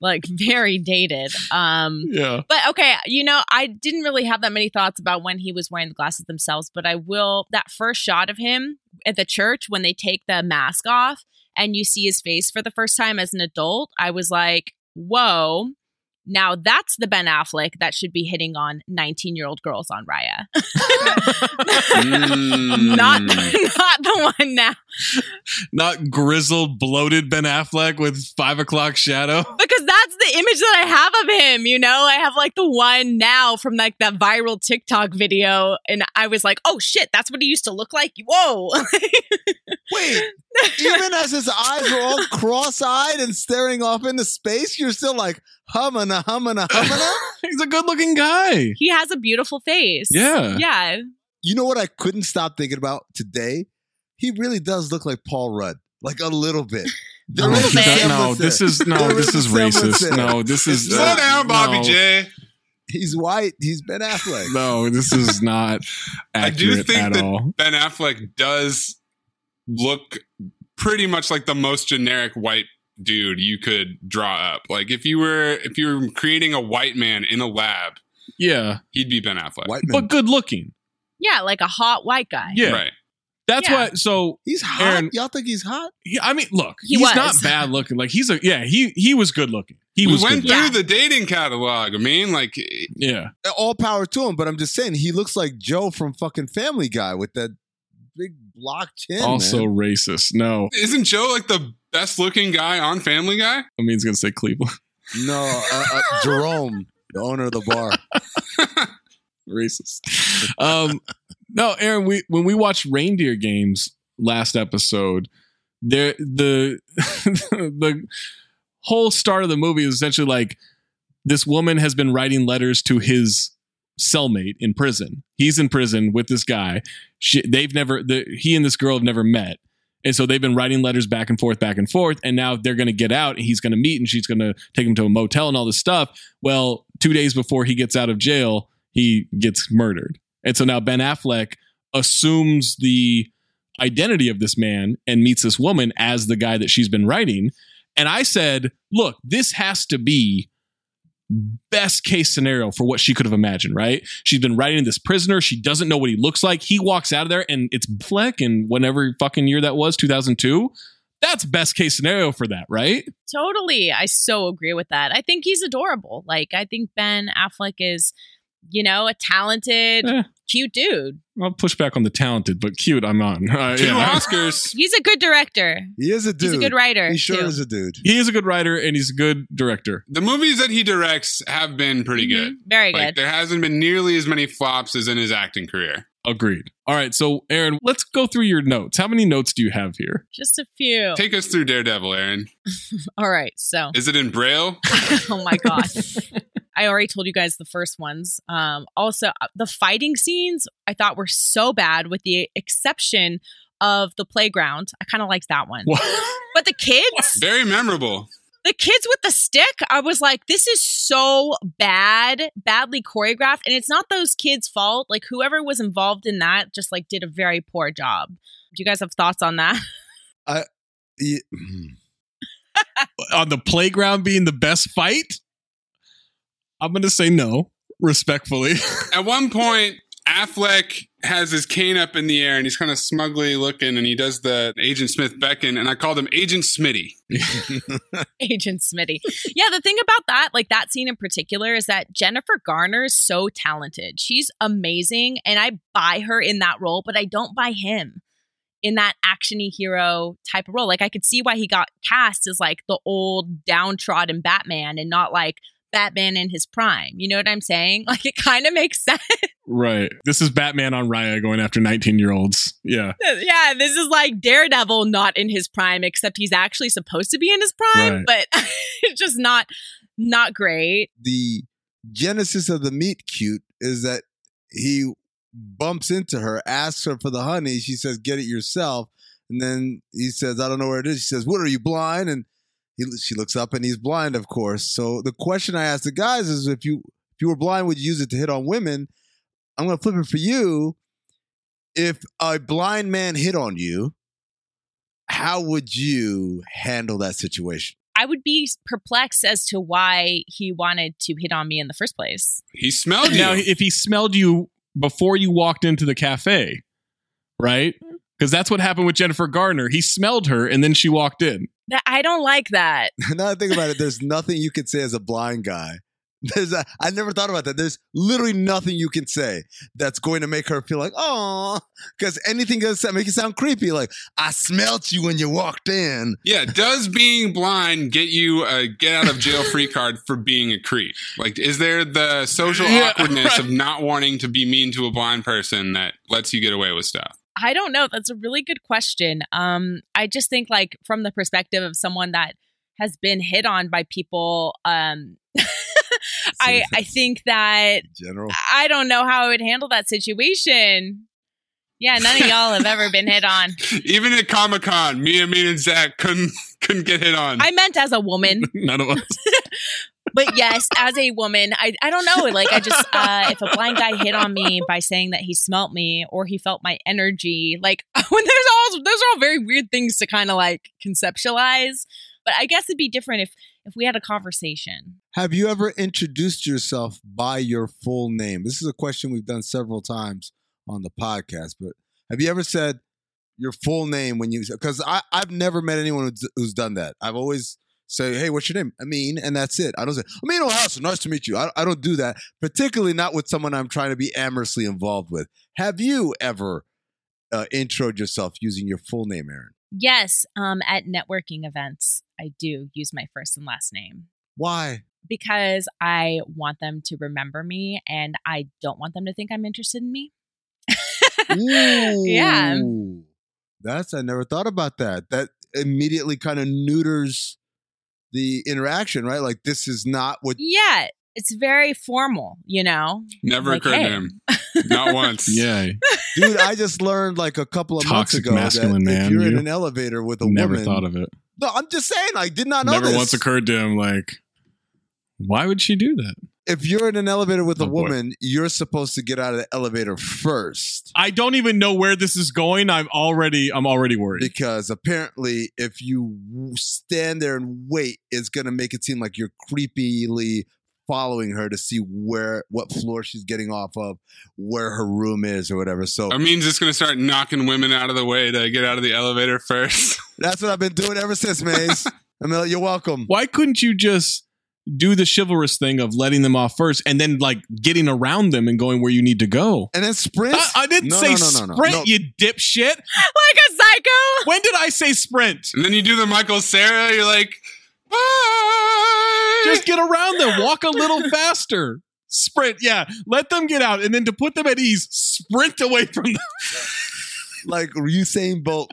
[SPEAKER 9] like very dated. Um,
[SPEAKER 8] Yeah.
[SPEAKER 9] but okay, you know, I didn't really have that many thoughts about when he was wearing the glasses themselves, but I will. That first shot of him at the church when they take the mask off and you see his face for the first time as an adult, I was like, whoa. Now that's the Ben Affleck that should be hitting on 19 year old girls on Raya.
[SPEAKER 7] Mm.
[SPEAKER 1] Mm.
[SPEAKER 9] Not, not the one now.
[SPEAKER 8] Not grizzled, bloated Ben Affleck with five o'clock shadow.
[SPEAKER 9] because that's the image that I have of him. You know, I have like the one now from like that viral TikTok video, and I was like, oh shit, that's what he used to look like. Whoa,
[SPEAKER 1] wait. Even as his eyes were all cross-eyed and staring off into space, you're still like hummina, hummina, hummina.
[SPEAKER 8] He's a good looking guy.
[SPEAKER 9] he has a beautiful face.
[SPEAKER 8] Yeah.
[SPEAKER 9] yeah.
[SPEAKER 1] You know what I couldn't stop thinking about today? He really does look like Paul Rudd, like a little bit. There
[SPEAKER 8] No,
[SPEAKER 9] little
[SPEAKER 1] is a
[SPEAKER 8] he's not-
[SPEAKER 9] bit.
[SPEAKER 8] no,
[SPEAKER 1] semblance
[SPEAKER 8] this
[SPEAKER 1] there.
[SPEAKER 8] is no,
[SPEAKER 1] There
[SPEAKER 8] this
[SPEAKER 1] a
[SPEAKER 8] is
[SPEAKER 1] semblance
[SPEAKER 8] racist.
[SPEAKER 1] there.
[SPEAKER 8] No, this is uh,
[SPEAKER 7] Slow down, Bobby
[SPEAKER 8] no.
[SPEAKER 7] J.
[SPEAKER 1] He's white. He's Ben Affleck.
[SPEAKER 8] No, this is not
[SPEAKER 7] I do
[SPEAKER 8] accurate
[SPEAKER 7] think
[SPEAKER 8] at
[SPEAKER 7] that-
[SPEAKER 8] all.
[SPEAKER 7] Ben Affleck does look pretty much like the most generic white dude you could draw up. Like if you were if you were creating a white man in a lab,
[SPEAKER 8] Yeah,
[SPEAKER 7] he'd be Ben Affleck.
[SPEAKER 1] White man.
[SPEAKER 8] but good looking.
[SPEAKER 9] Yeah, like a hot white guy.
[SPEAKER 8] Yeah,
[SPEAKER 7] Right.
[SPEAKER 8] that's
[SPEAKER 9] Yeah.
[SPEAKER 8] why. So
[SPEAKER 1] He's hot.
[SPEAKER 8] Aaron-
[SPEAKER 1] Y'all think he's hot?
[SPEAKER 8] he, I mean, look,
[SPEAKER 9] He
[SPEAKER 8] he's
[SPEAKER 9] was.
[SPEAKER 8] not bad looking. Like he's a yeah, he he was good looking. He
[SPEAKER 7] we
[SPEAKER 8] was
[SPEAKER 7] went
[SPEAKER 8] good looking.
[SPEAKER 7] through the dating catalog. I mean, like
[SPEAKER 8] Yeah,
[SPEAKER 1] All power to him, but I'm just saying he looks like Joe from fucking Family Guy with that big block chin.
[SPEAKER 8] also
[SPEAKER 1] man.
[SPEAKER 8] racist. No,
[SPEAKER 7] isn't Joe like the best looking guy on Family Guy?
[SPEAKER 8] I mean, he's gonna say Cleveland
[SPEAKER 1] no, uh, uh, Jerome, the owner of the bar.
[SPEAKER 8] racist. Um, no, Aaron, we when we watched reindeer games last episode, there the the whole start of the movie is essentially like this woman has been writing letters to his cellmate in prison. He's in prison with this guy. She, they've never the, he and this girl have never met. And so they've been writing letters back and forth, back and forth. And now they're going to get out and he's going to meet and she's going to take him to a motel and all this stuff. Well, two days before he gets out of jail, he gets murdered. And so now Ben Affleck assumes the identity of this man and meets this woman as the guy that she's been writing. And I said, look, this has to be best case scenario for what she could have imagined, right? She's been writing this prisoner. She doesn't know what he looks like. He walks out of there and it's Fleck in whatever fucking year that was, 2002. That's best case scenario for that, right?
[SPEAKER 9] Totally. I so agree with that. I think he's adorable. Like, I think Ben Affleck is, you know, a talented,
[SPEAKER 8] Eh.
[SPEAKER 9] cute dude.
[SPEAKER 8] I'll push back on the talented, but cute I'm on. Uh,
[SPEAKER 7] Two
[SPEAKER 8] yeah.
[SPEAKER 7] Oscars.
[SPEAKER 9] He's a good director.
[SPEAKER 1] He is a dude.
[SPEAKER 9] He's a good writer.
[SPEAKER 1] He sure
[SPEAKER 9] too.
[SPEAKER 1] is a dude.
[SPEAKER 8] He is a good writer and he's a good director.
[SPEAKER 7] The movies that he directs have been pretty good.
[SPEAKER 9] Mhm. Very
[SPEAKER 7] Like
[SPEAKER 9] good.
[SPEAKER 7] there hasn't been nearly as many flops as in his acting career.
[SPEAKER 8] Agreed. All right, so Aaron, let's go through your notes. How many notes do you have here?
[SPEAKER 9] Just a few.
[SPEAKER 7] Take us through Daredevil, Aaron.
[SPEAKER 9] All right. So.
[SPEAKER 7] Is it in Braille?
[SPEAKER 9] oh my god i already told you guys the first ones um also uh, the fighting scenes i thought were so bad with the exception of the playground i kind of liked that one
[SPEAKER 8] What?
[SPEAKER 9] but the kids
[SPEAKER 7] Very memorable.
[SPEAKER 9] the kids with the stick i was like this is so bad badly choreographed and it's not those kids fault like whoever was involved in that just like did a very poor job do you guys have thoughts on that
[SPEAKER 1] He- Mm-hmm.
[SPEAKER 8] On the playground being the best fight? I'm going to say no. respectfully.
[SPEAKER 7] At one point, Affleck has his cane up in the air and he's kind of smugly looking and he does the Agent Smith beckon. And I called him Agent Smitty.
[SPEAKER 9] Agent Smitty. Yeah, the thing about that, like that scene in particular, is that Jennifer Garner is so talented. She's amazing, and I buy her in that role, but I don't buy him in that actiony hero type of role. Like I could see why he got cast as like the old downtrodden Batman and not like Batman in his prime. You know what I'm saying? Like it kind of makes sense.
[SPEAKER 8] right. This is Batman on Raya going after 19 year olds. Yeah.
[SPEAKER 9] yeah, this is like Daredevil not in his prime, except he's actually supposed to be in his prime, but it's just not not great.
[SPEAKER 1] the genesis of the meet cute is that he bumps into her, asks her for the honey. She says, "Get it yourself." And then he says, "I don't know where it is." She says, "What are you blind?" And he, she looks up, and he's blind, of course. So the question I asked the guys is, if you if you were blind, would you use it to hit on women? I'm going to flip it for you. If a blind man hit on you, how would you handle that situation?
[SPEAKER 9] I would be perplexed as to why he wanted to hit on me in the first place.
[SPEAKER 7] He smelled you.
[SPEAKER 8] Now, if he smelled you before you walked into the cafe, right? Because that's what happened with Jennifer Garner. He smelled her and then she walked in.
[SPEAKER 9] That I don't like that.
[SPEAKER 1] now that I think about it, there's nothing you can say as a blind guy. There's a, I never thought about that. There's literally nothing you can say that's going to make her feel like, oh, because anything going to make it sound creepy. Like, I smelt you when you walked in.
[SPEAKER 7] yeah, does being blind get you a get out of jail free card for being a creep? Like, is there the social
[SPEAKER 8] Yeah,
[SPEAKER 7] awkwardness
[SPEAKER 8] right.
[SPEAKER 7] of not wanting to be mean to a blind person that lets you get away with stuff?
[SPEAKER 9] I don't know. That's a really good question. Um, I just think like from the perspective of someone that has been hit on by people, um, I I think that
[SPEAKER 1] General.
[SPEAKER 9] I don't know how I would handle that situation. Yeah, none of y'all have ever been hit on.
[SPEAKER 7] Even at Comic Con, me, Amin, and Zach couldn't couldn't get hit on.
[SPEAKER 9] I meant as a woman,
[SPEAKER 8] None of us.
[SPEAKER 9] but yes, as a woman, I, I don't know. Like, I just, uh, if a blind guy hit on me by saying that he smelt me or he felt my energy, like, when there's all, those are all very weird things to kind of like conceptualize. But I guess it'd be different if, if we had a conversation.
[SPEAKER 1] Have you ever introduced yourself by your full name? This is a question we've done several times on the podcast, but have you ever said your full name when you, because I've never met anyone who's, who's done that. I've always say, hey, what's your name? Amin, and that's it. I don't say, Amin O'Hassan, nice to meet you. I, I don't do that, particularly not with someone I'm trying to be amorously involved with. Have you ever uh, introed yourself using your full name, Aaron?
[SPEAKER 9] Yes, um, at networking events, I do use my first and last name.
[SPEAKER 1] Why?
[SPEAKER 9] because I want them to remember me and I don't want them to think I'm interested in me. Yeah.
[SPEAKER 1] Ooh. That's I never thought about that. That immediately kind of neuters the interaction, right? Like this is not what
[SPEAKER 9] Yeah, it's very formal, you know?
[SPEAKER 7] Never
[SPEAKER 9] Like,
[SPEAKER 7] occurred
[SPEAKER 9] hey.
[SPEAKER 7] to him. Not once.
[SPEAKER 8] Yeah.
[SPEAKER 1] dude, I just learned like a couple of
[SPEAKER 8] Toxic
[SPEAKER 1] months ago
[SPEAKER 8] masculine
[SPEAKER 1] that
[SPEAKER 8] man,
[SPEAKER 1] if you're in
[SPEAKER 8] you.
[SPEAKER 1] an elevator with a
[SPEAKER 8] Never
[SPEAKER 1] woman.
[SPEAKER 8] thought of it.
[SPEAKER 1] no, I'm just saying, I did not know
[SPEAKER 8] Never
[SPEAKER 1] this.
[SPEAKER 8] once occurred to him, like, why would she do that?
[SPEAKER 1] if you're in an elevator with a
[SPEAKER 8] Oh, boy.
[SPEAKER 1] woman, you're supposed to get out of the elevator first.
[SPEAKER 8] I don't even know where this is going. I'm already, I'm already worried.
[SPEAKER 1] because apparently if you w- stand there and wait it's going to make it seem like you're creepily following her to see where what floor she's getting off of where her room is or whatever so
[SPEAKER 8] Um,
[SPEAKER 7] Amin's just gonna start knocking women out of the way to get out of the elevator first.
[SPEAKER 1] that's what i've been doing ever since maze i mean you're welcome
[SPEAKER 8] Why couldn't you just do the chivalrous thing of letting them off first and then like getting around them and going where you need to go?
[SPEAKER 1] and then sprint
[SPEAKER 8] I, I didn't
[SPEAKER 1] No,
[SPEAKER 8] say
[SPEAKER 1] no, no, no, no.
[SPEAKER 8] sprint,
[SPEAKER 1] No.
[SPEAKER 8] you dipshit.
[SPEAKER 9] Like a psycho.
[SPEAKER 8] When did I say sprint?
[SPEAKER 7] and then you do the Michael Sarah. You're like, bye.
[SPEAKER 8] Just get around them. Walk a little faster. Sprint. Yeah. Let them get out. And then to put them at ease, sprint away from them.
[SPEAKER 1] like usain bolt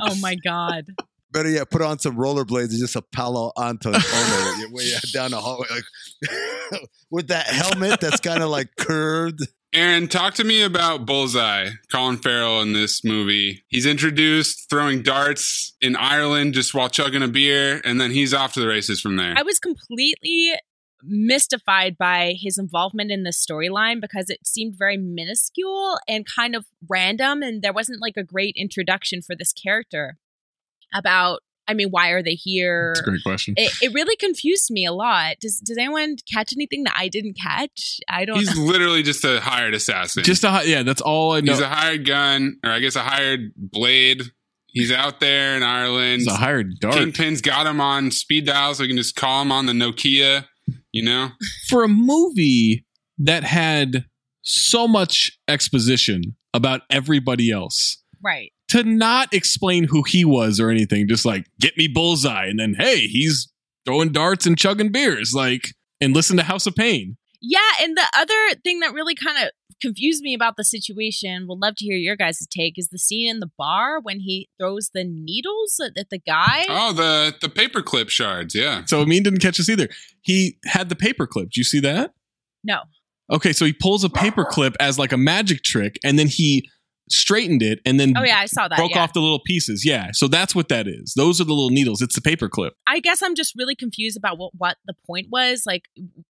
[SPEAKER 9] Oh my God.
[SPEAKER 1] better yet put on some rollerblades and just a palo alto Ono your way down the hallway like with that helmet that's kind of like curved
[SPEAKER 7] Aaron, talk to me about Bullseye, Colin Farrell in this movie. He's introduced throwing darts in Ireland just while chugging a beer, and then he's off to the races from there.
[SPEAKER 9] I was completely mystified by his involvement in this storyline because it seemed very minuscule and kind of random and there wasn't like a great introduction for this character about I mean, why are they here?
[SPEAKER 7] That's a great question.
[SPEAKER 9] It, it really confused me a lot. Does Does anyone catch anything that I didn't catch? I don't.
[SPEAKER 7] He's
[SPEAKER 9] know.
[SPEAKER 7] literally just a hired assassin.
[SPEAKER 8] Just a hi- yeah, that's all I know.
[SPEAKER 7] he's a hired gun, or I guess a hired blade. He's out there in Ireland.
[SPEAKER 8] He's a hired dart.
[SPEAKER 7] Kingpin's got him on speed dial, so we can just call him on the Nokia. You know,
[SPEAKER 8] for a movie that had so much exposition about everybody else
[SPEAKER 9] Right.
[SPEAKER 8] to not explain who he was or anything just like get me bullseye and then hey he's throwing darts and chugging beers like and listen to house of pain
[SPEAKER 9] Yeah, and the other thing that really kind of confused me about the situation, would love to hear your guys' take, is the scene in the bar when he throws the needles at, at the guy.
[SPEAKER 7] oh the the paperclip shards. Yeah,
[SPEAKER 8] so amin didn't catch us either he had the paperclip do you see that
[SPEAKER 9] No.
[SPEAKER 8] okay so he pulls a paperclip as like a magic trick and then he straightened it and then
[SPEAKER 9] Oh yeah, I saw that.
[SPEAKER 8] broke
[SPEAKER 9] yeah.
[SPEAKER 8] off the little pieces yeah so that's what that is those are the little needles it's the paperclip
[SPEAKER 9] I guess I'm just really confused about what what the point was. Like,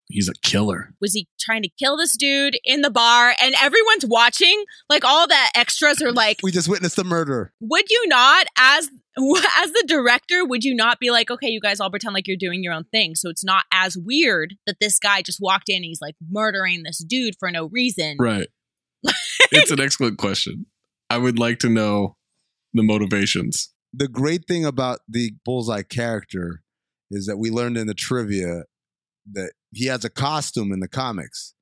[SPEAKER 8] he's a killer
[SPEAKER 9] was he trying to kill this dude in the bar, and everyone's watching? Like, all the extras are like,
[SPEAKER 1] We just witnessed the murder.
[SPEAKER 9] would you not as as the director would you not be like okay you guys all pretend like you're doing your own thing so it's not as weird that this guy just walked in and he's like murdering this dude for no reason
[SPEAKER 8] Right. it's an excellent question. I would like to know the motivations.
[SPEAKER 1] the great thing about the bullseye character is that we learned in the trivia that he has a costume in the comics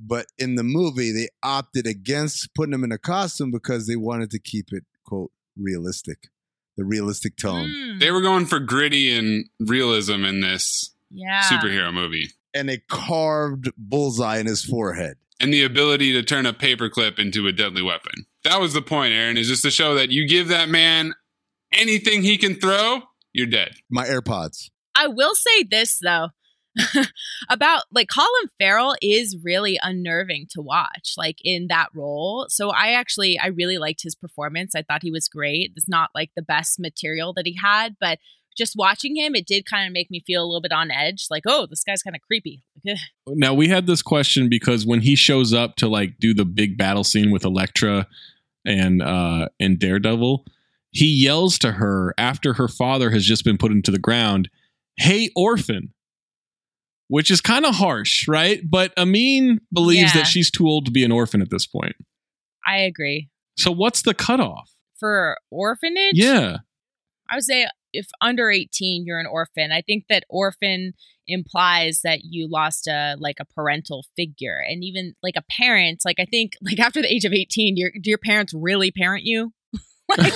[SPEAKER 1] but in the movie they opted against putting him in a costume because they wanted to keep it quote realistic the realistic tone
[SPEAKER 9] Mm,
[SPEAKER 7] they were going for gritty and realism in this
[SPEAKER 9] yeah
[SPEAKER 7] superhero movie,
[SPEAKER 1] and they carved bullseye in his forehead
[SPEAKER 7] and the ability to turn a paperclip into a deadly weapon. That was the point, Aaron. Is just to show that you give that man anything he can throw, you're dead.
[SPEAKER 1] my airpods
[SPEAKER 9] i will say this though about like colin farrell is really unnerving to watch like in that role so i actually i really liked his performance i thought he was great it's not like the best material that he had but just watching him it did kind of make me feel a little bit on edge like oh this guy's kind of creepy
[SPEAKER 8] Now we had this question because when he shows up to like do the big battle scene with Elektra and uh and Daredevil, he yells to her after her father has just been put into the ground, "Hey orphan." Which is kind of harsh, right? But Amin believes
[SPEAKER 9] Yeah.
[SPEAKER 8] that she's too old to be an orphan at this point.
[SPEAKER 9] I agree.
[SPEAKER 8] So what's the cutoff?
[SPEAKER 9] For orphanage,
[SPEAKER 8] Yeah.
[SPEAKER 9] I would say if under 18 you're an orphan. I think that orphan implies that you lost a like a parental figure and even like a parent, like I think like after the age of 18, your do your parents really parent you? like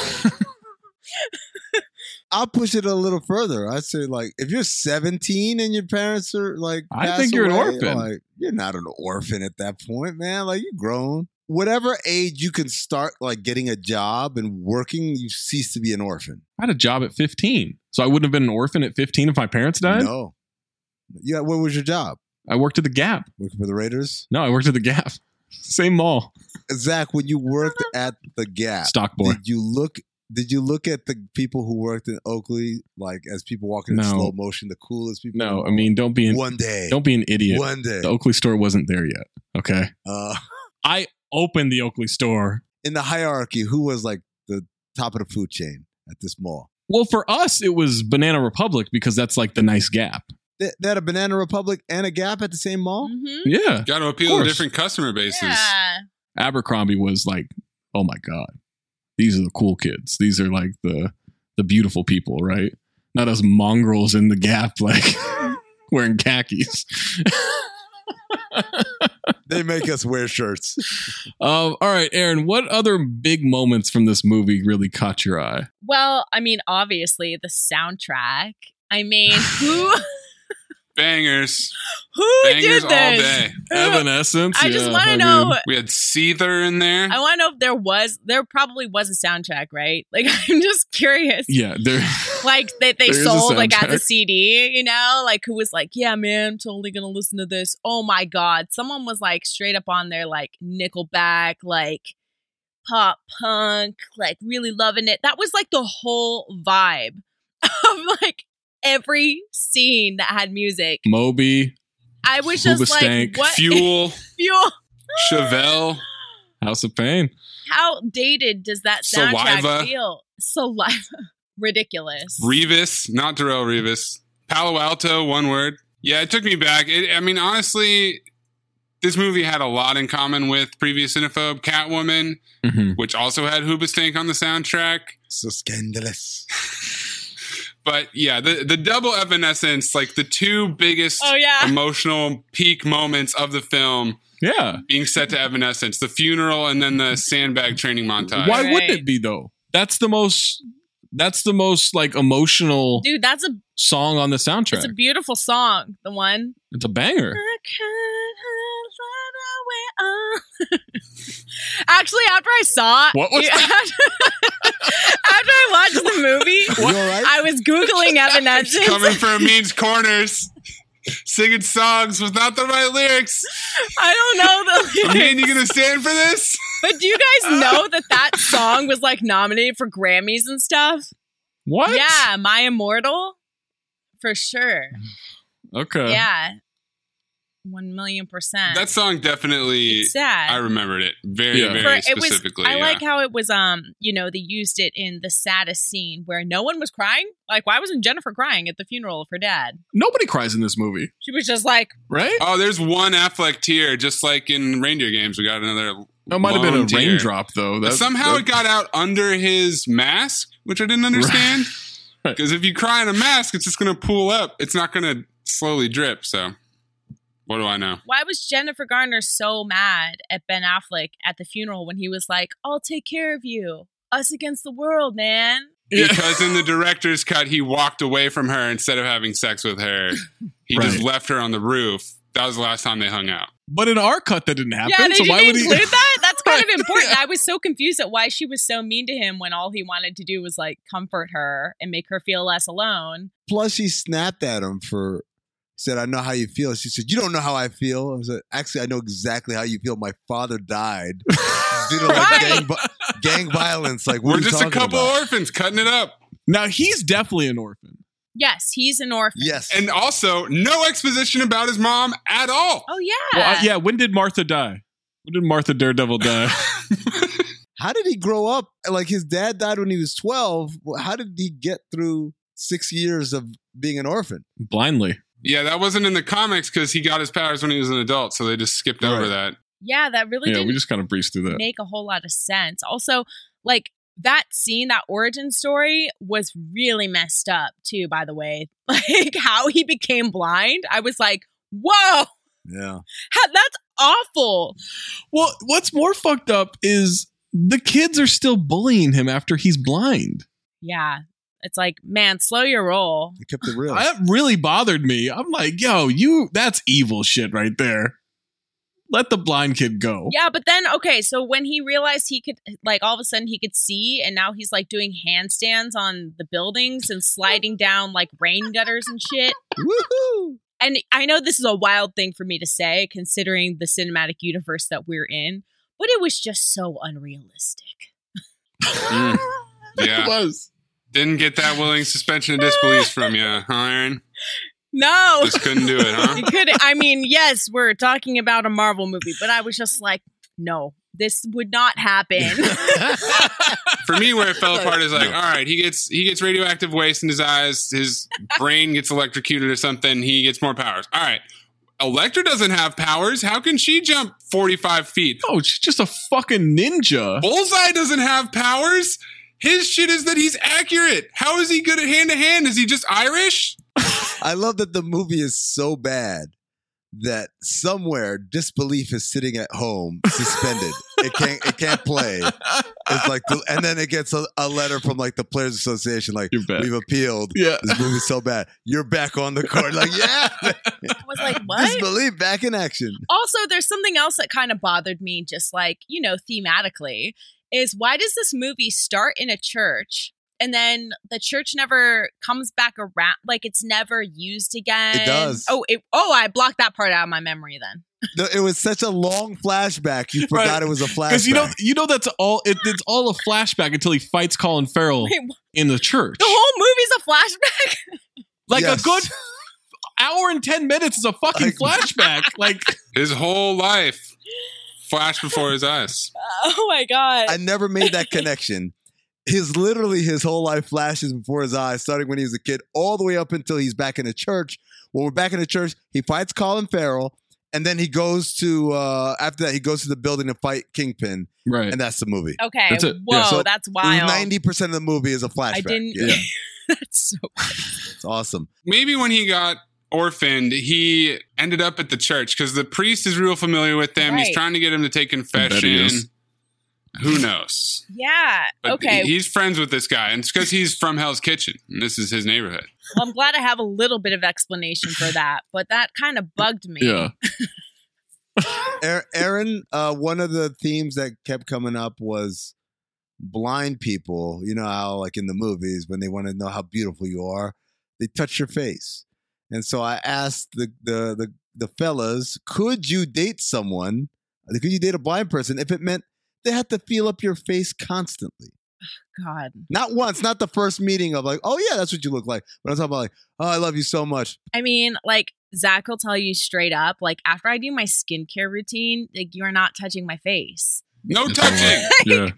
[SPEAKER 1] i'll push it a little further i say like if you're 17 and your parents are like
[SPEAKER 8] I
[SPEAKER 1] pass
[SPEAKER 8] think you're an
[SPEAKER 1] away,
[SPEAKER 8] orphan.
[SPEAKER 1] like, you're not an orphan at that point man like you're grown whatever age you can start like getting a job and working you cease to be an orphan
[SPEAKER 8] I had a job at 15. So I wouldn't have been an orphan at 15 if my parents died.
[SPEAKER 1] no yeah what was your job
[SPEAKER 8] I worked at the Gap.
[SPEAKER 1] working for the raiders
[SPEAKER 8] No, I worked at the Gap. Same mall.
[SPEAKER 1] zach when you worked
[SPEAKER 8] Uh-huh.
[SPEAKER 1] at the gap
[SPEAKER 8] Stock boy.
[SPEAKER 1] did you look did you look at the people who worked in oakley like as people walking in
[SPEAKER 8] No.
[SPEAKER 1] slow motion the coolest people in the
[SPEAKER 8] No, I
[SPEAKER 1] world?
[SPEAKER 8] mean don't be an
[SPEAKER 1] one day
[SPEAKER 8] don't be an idiot.
[SPEAKER 1] one day
[SPEAKER 8] The Oakley store wasn't there yet. Okay.
[SPEAKER 1] uh
[SPEAKER 8] I opened the Oakley store.
[SPEAKER 1] in the hierarchy, who was like the top of the food chain at this mall?
[SPEAKER 8] Well, for us it was Banana Republic because that's like the nice Gap.
[SPEAKER 1] They, they had a Banana Republic and a Gap at the same mall.
[SPEAKER 9] mhm.
[SPEAKER 8] Yeah.
[SPEAKER 7] Got to appeal to
[SPEAKER 8] course.
[SPEAKER 7] different customer bases.
[SPEAKER 9] Yeah.
[SPEAKER 8] Abercrombie was like, "Oh my god. These are the cool kids. These are like the the beautiful people, right? Not us mongrels in the Gap like wearing khakis."
[SPEAKER 1] They make us wear shirts.
[SPEAKER 8] Um, all right, Aaron, what other big moments from this movie really caught your eye?
[SPEAKER 9] Well, I mean obviously the soundtrack. I mean, who
[SPEAKER 7] Bangers,
[SPEAKER 9] who
[SPEAKER 7] bangers
[SPEAKER 9] did
[SPEAKER 7] all
[SPEAKER 9] this?
[SPEAKER 7] day.
[SPEAKER 8] Evanescence.
[SPEAKER 9] Uh, I just
[SPEAKER 8] yeah,
[SPEAKER 9] want to
[SPEAKER 8] mean,
[SPEAKER 9] know
[SPEAKER 7] We had Seether in there.
[SPEAKER 9] I want to know if there was, there probably was a soundtrack, right? Like, I'm just curious.
[SPEAKER 8] Yeah, there.
[SPEAKER 9] Like that they
[SPEAKER 8] There is a
[SPEAKER 9] sold like as a
[SPEAKER 8] soundtrack.
[SPEAKER 9] CD, you know, like who was like, yeah, man, I'm totally gonna listen to this. Oh my god, someone was like straight up on there, like Nickelback, like pop punk, like really loving it. That was like the whole vibe of like every scene that had music.
[SPEAKER 8] Moby,
[SPEAKER 9] I was just
[SPEAKER 8] Hoobastank,
[SPEAKER 9] like, what
[SPEAKER 7] Fuel,
[SPEAKER 9] fuel?
[SPEAKER 7] Chevelle.
[SPEAKER 8] House of Pain.
[SPEAKER 9] how dated does that soundtrack
[SPEAKER 7] Saliva.
[SPEAKER 9] feel? Saliva. ridiculous.
[SPEAKER 7] Revis, not Darrell Revis. Palo Alto, one word. Yeah, it took me back. It, I mean, honestly, this movie had a lot in common with previous Cinephobe Catwoman,
[SPEAKER 8] Mhm.
[SPEAKER 7] which also had Hoobastank on the soundtrack.
[SPEAKER 1] So scandalous.
[SPEAKER 7] But yeah, the, the double evanescence, like the two biggest
[SPEAKER 9] oh yeah.
[SPEAKER 7] emotional peak moments of the film
[SPEAKER 8] Yeah.
[SPEAKER 7] being set to evanescence the funeral and then the sandbag training montage.
[SPEAKER 8] Why wouldn't
[SPEAKER 9] Right.
[SPEAKER 8] it be though? That's the most. That's the most like emotional
[SPEAKER 9] Dude, that's a
[SPEAKER 8] song on the soundtrack.
[SPEAKER 9] it's
[SPEAKER 8] It's
[SPEAKER 9] a
[SPEAKER 8] a,
[SPEAKER 9] beautiful song. The one.
[SPEAKER 8] banger.
[SPEAKER 9] I can't run away, oh. Actually, after I saw
[SPEAKER 8] What was
[SPEAKER 9] after, after I watched the movie,
[SPEAKER 1] You all right?
[SPEAKER 9] I was googling Evanescence.
[SPEAKER 7] Coming from Means Corners, singing songs without the right lyrics.
[SPEAKER 9] I don't know the
[SPEAKER 7] Amin, you gonna stand for this?
[SPEAKER 9] But do you guys know that that song was like nominated for Grammys and stuff?
[SPEAKER 8] What?
[SPEAKER 9] Yeah, My Immortal, for sure.
[SPEAKER 8] Okay.
[SPEAKER 9] yeah, one million percent.
[SPEAKER 7] That song definitely.
[SPEAKER 9] It's sad.
[SPEAKER 7] I remembered it very,
[SPEAKER 8] Yeah.
[SPEAKER 7] very
[SPEAKER 9] For- it was-
[SPEAKER 7] specifically.
[SPEAKER 9] I
[SPEAKER 7] yeah.
[SPEAKER 9] like how it was. Um, you know, they used it in the saddest scene where no one was crying. Like, why wasn't Jennifer crying at the funeral of her dad?
[SPEAKER 8] Nobody cries in this movie,
[SPEAKER 9] She was just like,
[SPEAKER 8] right?
[SPEAKER 7] Oh, there's one Affleck tear, just like in Reindeer Games. We got another.
[SPEAKER 8] That might have been a
[SPEAKER 7] lone tear.
[SPEAKER 8] raindrop though. That,
[SPEAKER 7] Somehow
[SPEAKER 8] that-
[SPEAKER 7] it got out under his mask, which I didn't understand.
[SPEAKER 8] Right.
[SPEAKER 7] Because if you cry in a mask, it's just going to pool up. It's not going to slowly drip. So, what do I know?
[SPEAKER 9] why was Jennifer Garner so mad at Ben Affleck at the funeral when he was like, "I'll take care of you, us against the world, man."
[SPEAKER 8] Yeah.
[SPEAKER 7] Because in the director's cut, he walked away from her instead of having sex with her. He just
[SPEAKER 8] Right.
[SPEAKER 7] left her on the roof. That was the last time they hung out.
[SPEAKER 8] But in our cut, that didn't happen.
[SPEAKER 9] Yeah, they
[SPEAKER 8] so why
[SPEAKER 9] didn't
[SPEAKER 8] would he?
[SPEAKER 9] include that. That's kind of
[SPEAKER 8] Right,
[SPEAKER 9] important. I was so confused at why she was so mean to him when all he wanted to do was like comfort her and make her feel less alone.
[SPEAKER 1] Plus, she snapped at him for said, "I know how you feel." She said, "You don't know how I feel." I said, "Actually, I know exactly how you feel. My father died due to like gang, vi- gang violence. Like what
[SPEAKER 7] We're
[SPEAKER 1] are you
[SPEAKER 7] just a
[SPEAKER 1] talking
[SPEAKER 7] couple
[SPEAKER 1] about?
[SPEAKER 7] orphans cutting it up.
[SPEAKER 8] Now he's definitely an orphan.
[SPEAKER 9] Yes, he's an orphan.
[SPEAKER 1] Yes,
[SPEAKER 7] And also, no exposition about his mom at all.
[SPEAKER 9] Oh yeah.
[SPEAKER 8] Well, I, yeah. When did Martha die? When did Martha Daredevil die?
[SPEAKER 1] how did he grow up? Like his dad died when he was twelve. Well, How did he get through six years of being an orphan?
[SPEAKER 8] Blindly.
[SPEAKER 7] Yeah, that wasn't in the comics because he got his powers when he was an adult, so they just skipped over
[SPEAKER 1] Right.
[SPEAKER 7] that.
[SPEAKER 9] Yeah, that really
[SPEAKER 8] Yeah,
[SPEAKER 9] didn't
[SPEAKER 8] we just kind of breezed through that.
[SPEAKER 9] make a whole lot of sense. Also, like that scene, that origin story was really messed up too, by the way. Like how he became blind. I was like, whoa,
[SPEAKER 1] Yeah,
[SPEAKER 9] how, that's awful.
[SPEAKER 8] Well, what's more fucked up is the kids are still bullying him after he's blind.
[SPEAKER 9] Yeah. It's like, man, slow your roll.
[SPEAKER 1] he kept it real.
[SPEAKER 8] That really bothered me. I'm like, yo, you, that's evil shit right there. Let the blind kid go.
[SPEAKER 9] Yeah, but then okay, so when he realized he could like all of a sudden he could see and now he's like doing handstands on the buildings and sliding down like rain gutters and shit.
[SPEAKER 1] Woohoo!
[SPEAKER 9] And I know this is a wild thing for me to say considering the cinematic universe that we're in, but it was just so unrealistic.
[SPEAKER 7] Mm.
[SPEAKER 8] It
[SPEAKER 7] Yeah.
[SPEAKER 8] was.
[SPEAKER 7] Didn't get that willing suspension of disbelief from you, huh, Aaron?
[SPEAKER 9] No.
[SPEAKER 7] Just couldn't do it, huh?
[SPEAKER 9] You could I mean, yes, we're talking about a Marvel movie, but I was just like, no, this would not happen.
[SPEAKER 7] For me, where it fell apart is like, all right, he gets he gets radioactive waste in his eyes, his brain gets electrocuted or something, he gets more powers. All right. Electra doesn't have powers. How can she jump 45 feet?
[SPEAKER 8] No, Oh, she's just a fucking ninja.
[SPEAKER 7] Bullseye doesn't have powers. His shit is that he's accurate. How is he good at hand to hand? Is he just Irish?
[SPEAKER 1] I love that the movie is so bad that somewhere disbelief is sitting at home suspended. it can't it can't play. It's like the, and then it gets a, a letter from like the players association like
[SPEAKER 8] You're back.
[SPEAKER 1] we've appealed.
[SPEAKER 8] Yeah.
[SPEAKER 1] This movie's so bad. You're back on the court. Like yeah.
[SPEAKER 9] I was like, what?
[SPEAKER 1] Disbelief back in action.
[SPEAKER 9] also there's something else that kind of bothered me just like you know thematically is why does this movie start in a church and then the church never comes back around like it's never used again
[SPEAKER 1] It does.
[SPEAKER 9] oh it, oh i blocked that part out of my memory then
[SPEAKER 1] No, It was such a long flashback. You forgot
[SPEAKER 8] Right.
[SPEAKER 1] it was a flashback.
[SPEAKER 8] Because you know, you know that's all. It, it's all a flashback until he fights Colin Farrell
[SPEAKER 9] Wait, wh-
[SPEAKER 8] in the church.
[SPEAKER 9] the whole movie's a flashback
[SPEAKER 8] like
[SPEAKER 1] Yes.
[SPEAKER 8] a good hour and ten minutes is a fucking flashback. like
[SPEAKER 7] His whole life flashed before his eyes.
[SPEAKER 9] oh my god
[SPEAKER 1] I never made that connection. his literally his whole life flashes before his eyes, starting when he was a kid, all the way up until he's back in the church. When we're back in the church, he fights Colin Farrell, and then he goes to uh after that he goes to the building to fight Kingpin,
[SPEAKER 8] Right.
[SPEAKER 1] and that's the movie.
[SPEAKER 9] Okay.
[SPEAKER 8] That's it.
[SPEAKER 9] Whoa,
[SPEAKER 8] Yeah,
[SPEAKER 1] so
[SPEAKER 9] that's wild.
[SPEAKER 1] Ninety percent of the movie is a flashback.
[SPEAKER 9] I didn't.
[SPEAKER 1] Yeah,
[SPEAKER 9] that's so.
[SPEAKER 1] it's awesome.
[SPEAKER 7] maybe when he got orphaned, he ended up at the church because the priest is real familiar with them.
[SPEAKER 9] Right.
[SPEAKER 7] He's trying to get him to take
[SPEAKER 8] bet he
[SPEAKER 7] confession.
[SPEAKER 8] is.
[SPEAKER 7] Who knows?
[SPEAKER 9] Yeah.
[SPEAKER 7] But
[SPEAKER 9] okay.
[SPEAKER 7] he- He's friends with this guy, and it's because he's from Hell's Kitchen, and this is his neighborhood.
[SPEAKER 9] Well, I'm glad I have a little bit of explanation for that, but that kind of bugged me.
[SPEAKER 8] Yeah.
[SPEAKER 1] Aar- Aaron, uh, one of the themes that kept coming up was blind people. You know how, like in the movies, when they want to know how beautiful you are, they touch your face. And so I asked the the the, the fellas, could you date someone? Could you date a blind person if it meant they had to feel up your face constantly?
[SPEAKER 9] God.
[SPEAKER 1] Not once, not the first meeting of like, oh yeah, that's what you look like. But I'm talking about like, oh, I love you so much.
[SPEAKER 9] I mean, like Zach will tell you straight up, like after I do my skincare routine, like you are not touching my face.
[SPEAKER 7] No
[SPEAKER 8] It's
[SPEAKER 7] touching.
[SPEAKER 8] over. yeah.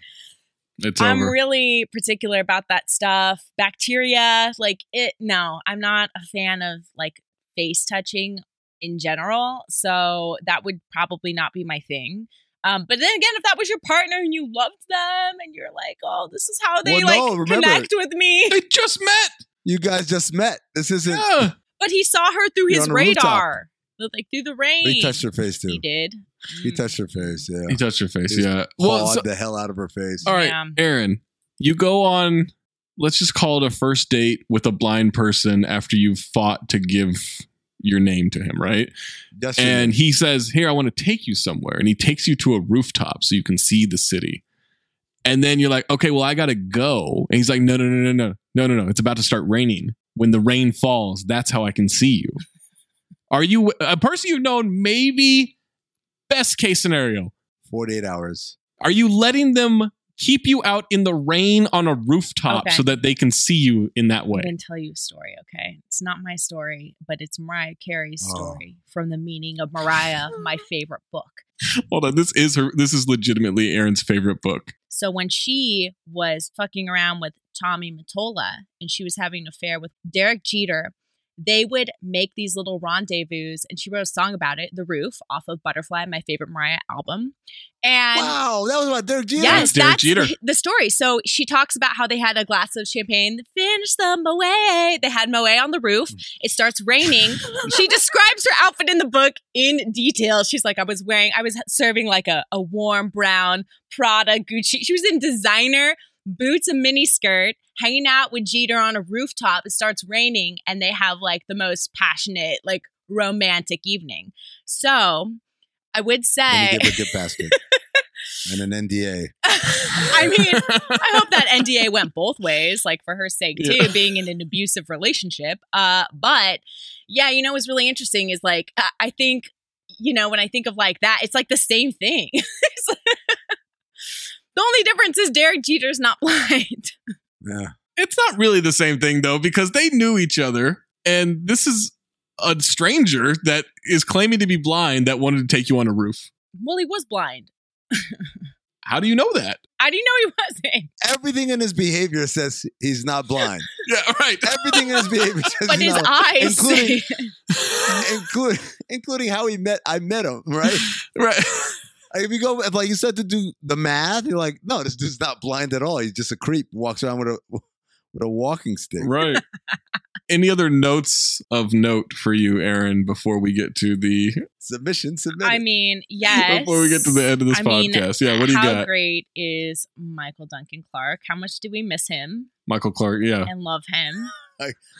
[SPEAKER 8] It's
[SPEAKER 9] I'm
[SPEAKER 8] over.
[SPEAKER 9] really particular about that stuff. Bacteria, like it. No, I'm not a fan of like face touching in general. So that would probably not be my thing. Um, but then again, if that was your partner and you loved them and you're like, oh, this is how they
[SPEAKER 1] Well,
[SPEAKER 9] like
[SPEAKER 1] no, remember-
[SPEAKER 9] connect with me.
[SPEAKER 8] they just met.
[SPEAKER 1] You guys just met. This isn't.
[SPEAKER 8] Yeah.
[SPEAKER 9] But he saw her through
[SPEAKER 1] You're
[SPEAKER 9] his
[SPEAKER 1] on a rooftop.
[SPEAKER 9] radar, like through the rain.
[SPEAKER 1] He touched her face too.
[SPEAKER 9] He did. Mm-hmm.
[SPEAKER 1] He touched her face. Yeah.
[SPEAKER 8] He touched your face.
[SPEAKER 1] He's
[SPEAKER 8] Yeah.
[SPEAKER 1] well,
[SPEAKER 8] Well, so-
[SPEAKER 1] the hell out of her face.
[SPEAKER 8] all right,
[SPEAKER 9] Yeah.
[SPEAKER 8] Aaron, you go on. Let's just call it a first date with a blind person after you've fought to give your name to him, right?
[SPEAKER 1] That's true.
[SPEAKER 8] And he says, Here, I want to take you somewhere. And he takes you to a rooftop so you can see the city. And then you're like, Okay, well, I got to go. And he's like, No, no, no, no, no, no, no, no. It's about to start raining. When the rain falls, that's how I can see you. Are you a person you've known, maybe best case scenario?
[SPEAKER 1] 48 hours.
[SPEAKER 8] Are you letting them keep you out in the rain on a rooftop
[SPEAKER 9] Okay.
[SPEAKER 8] so that they can see you in that way?
[SPEAKER 9] I'm going to tell you a story, okay? It's not my story, but it's Mariah Carey's
[SPEAKER 1] Oh.
[SPEAKER 9] story from The Meaning of Mariah, my favorite book.
[SPEAKER 8] Hold on. This is her. This is legitimately Aaron's favorite book.
[SPEAKER 9] So when she was fucking around with Tommy Mottola and she was having an affair with Derek Jeter, they would make these little rendezvous, and she wrote a song about it, "The Roof," off of Butterfly, my favorite Mariah album. And
[SPEAKER 1] wow, that was about Derek Jeter.
[SPEAKER 9] Yes,
[SPEAKER 8] That's Derek
[SPEAKER 9] that's
[SPEAKER 8] Jeter.
[SPEAKER 9] The, the story. So she talks about how they had a glass of champagne, finish the Moet. They had Moet on the roof. It starts raining. she describes her outfit in the book in detail. She's like, I was wearing, I was serving like a, a warm brown Prada Gucci. She was in designer boots and mini skirt, hanging out with Jeter on a rooftop. It starts raining, and they have like the most passionate, like romantic evening. So I would
[SPEAKER 1] Let
[SPEAKER 9] say.
[SPEAKER 1] me give a good basket and an NDA.
[SPEAKER 9] I mean, I hope that NDA went both ways, like for her sake too,
[SPEAKER 8] Yeah.
[SPEAKER 9] being in an abusive relationship. Uh, but yeah, you know what's really interesting is like I, I think you know when I think of like that, it's like the same thing. It's like- the only difference is Derek Jeter's not blind.
[SPEAKER 1] Yeah.
[SPEAKER 8] It's not really the same thing though, because they knew each other, and this is a stranger that is claiming to be blind that wanted to take you on a roof.
[SPEAKER 9] Well, he was blind.
[SPEAKER 8] How do you know that?
[SPEAKER 9] I didn't know he wasn't,
[SPEAKER 1] Everything in his behavior says he's not blind.
[SPEAKER 8] Yeah, right.
[SPEAKER 1] Everything in his behavior says
[SPEAKER 9] but his
[SPEAKER 1] he's not
[SPEAKER 9] eyes.
[SPEAKER 1] including- including, including how he met I met him, right?
[SPEAKER 8] right.
[SPEAKER 1] Like, if you go if like you said to do the math, you're like, no, this dude's not blind at all. He's just a creep, walks around with a with a walking stick.
[SPEAKER 8] Right. Any other notes of note for you, Aaron, before we get to the
[SPEAKER 1] Submission, submission.
[SPEAKER 9] I mean, yes.
[SPEAKER 8] before we get to the end of this
[SPEAKER 9] I mean,
[SPEAKER 8] podcast? yeah, what do you
[SPEAKER 9] how
[SPEAKER 8] got?
[SPEAKER 9] great is Michael Duncan Clark? How much do we miss him
[SPEAKER 8] Michael Clark, yeah.
[SPEAKER 9] and love him?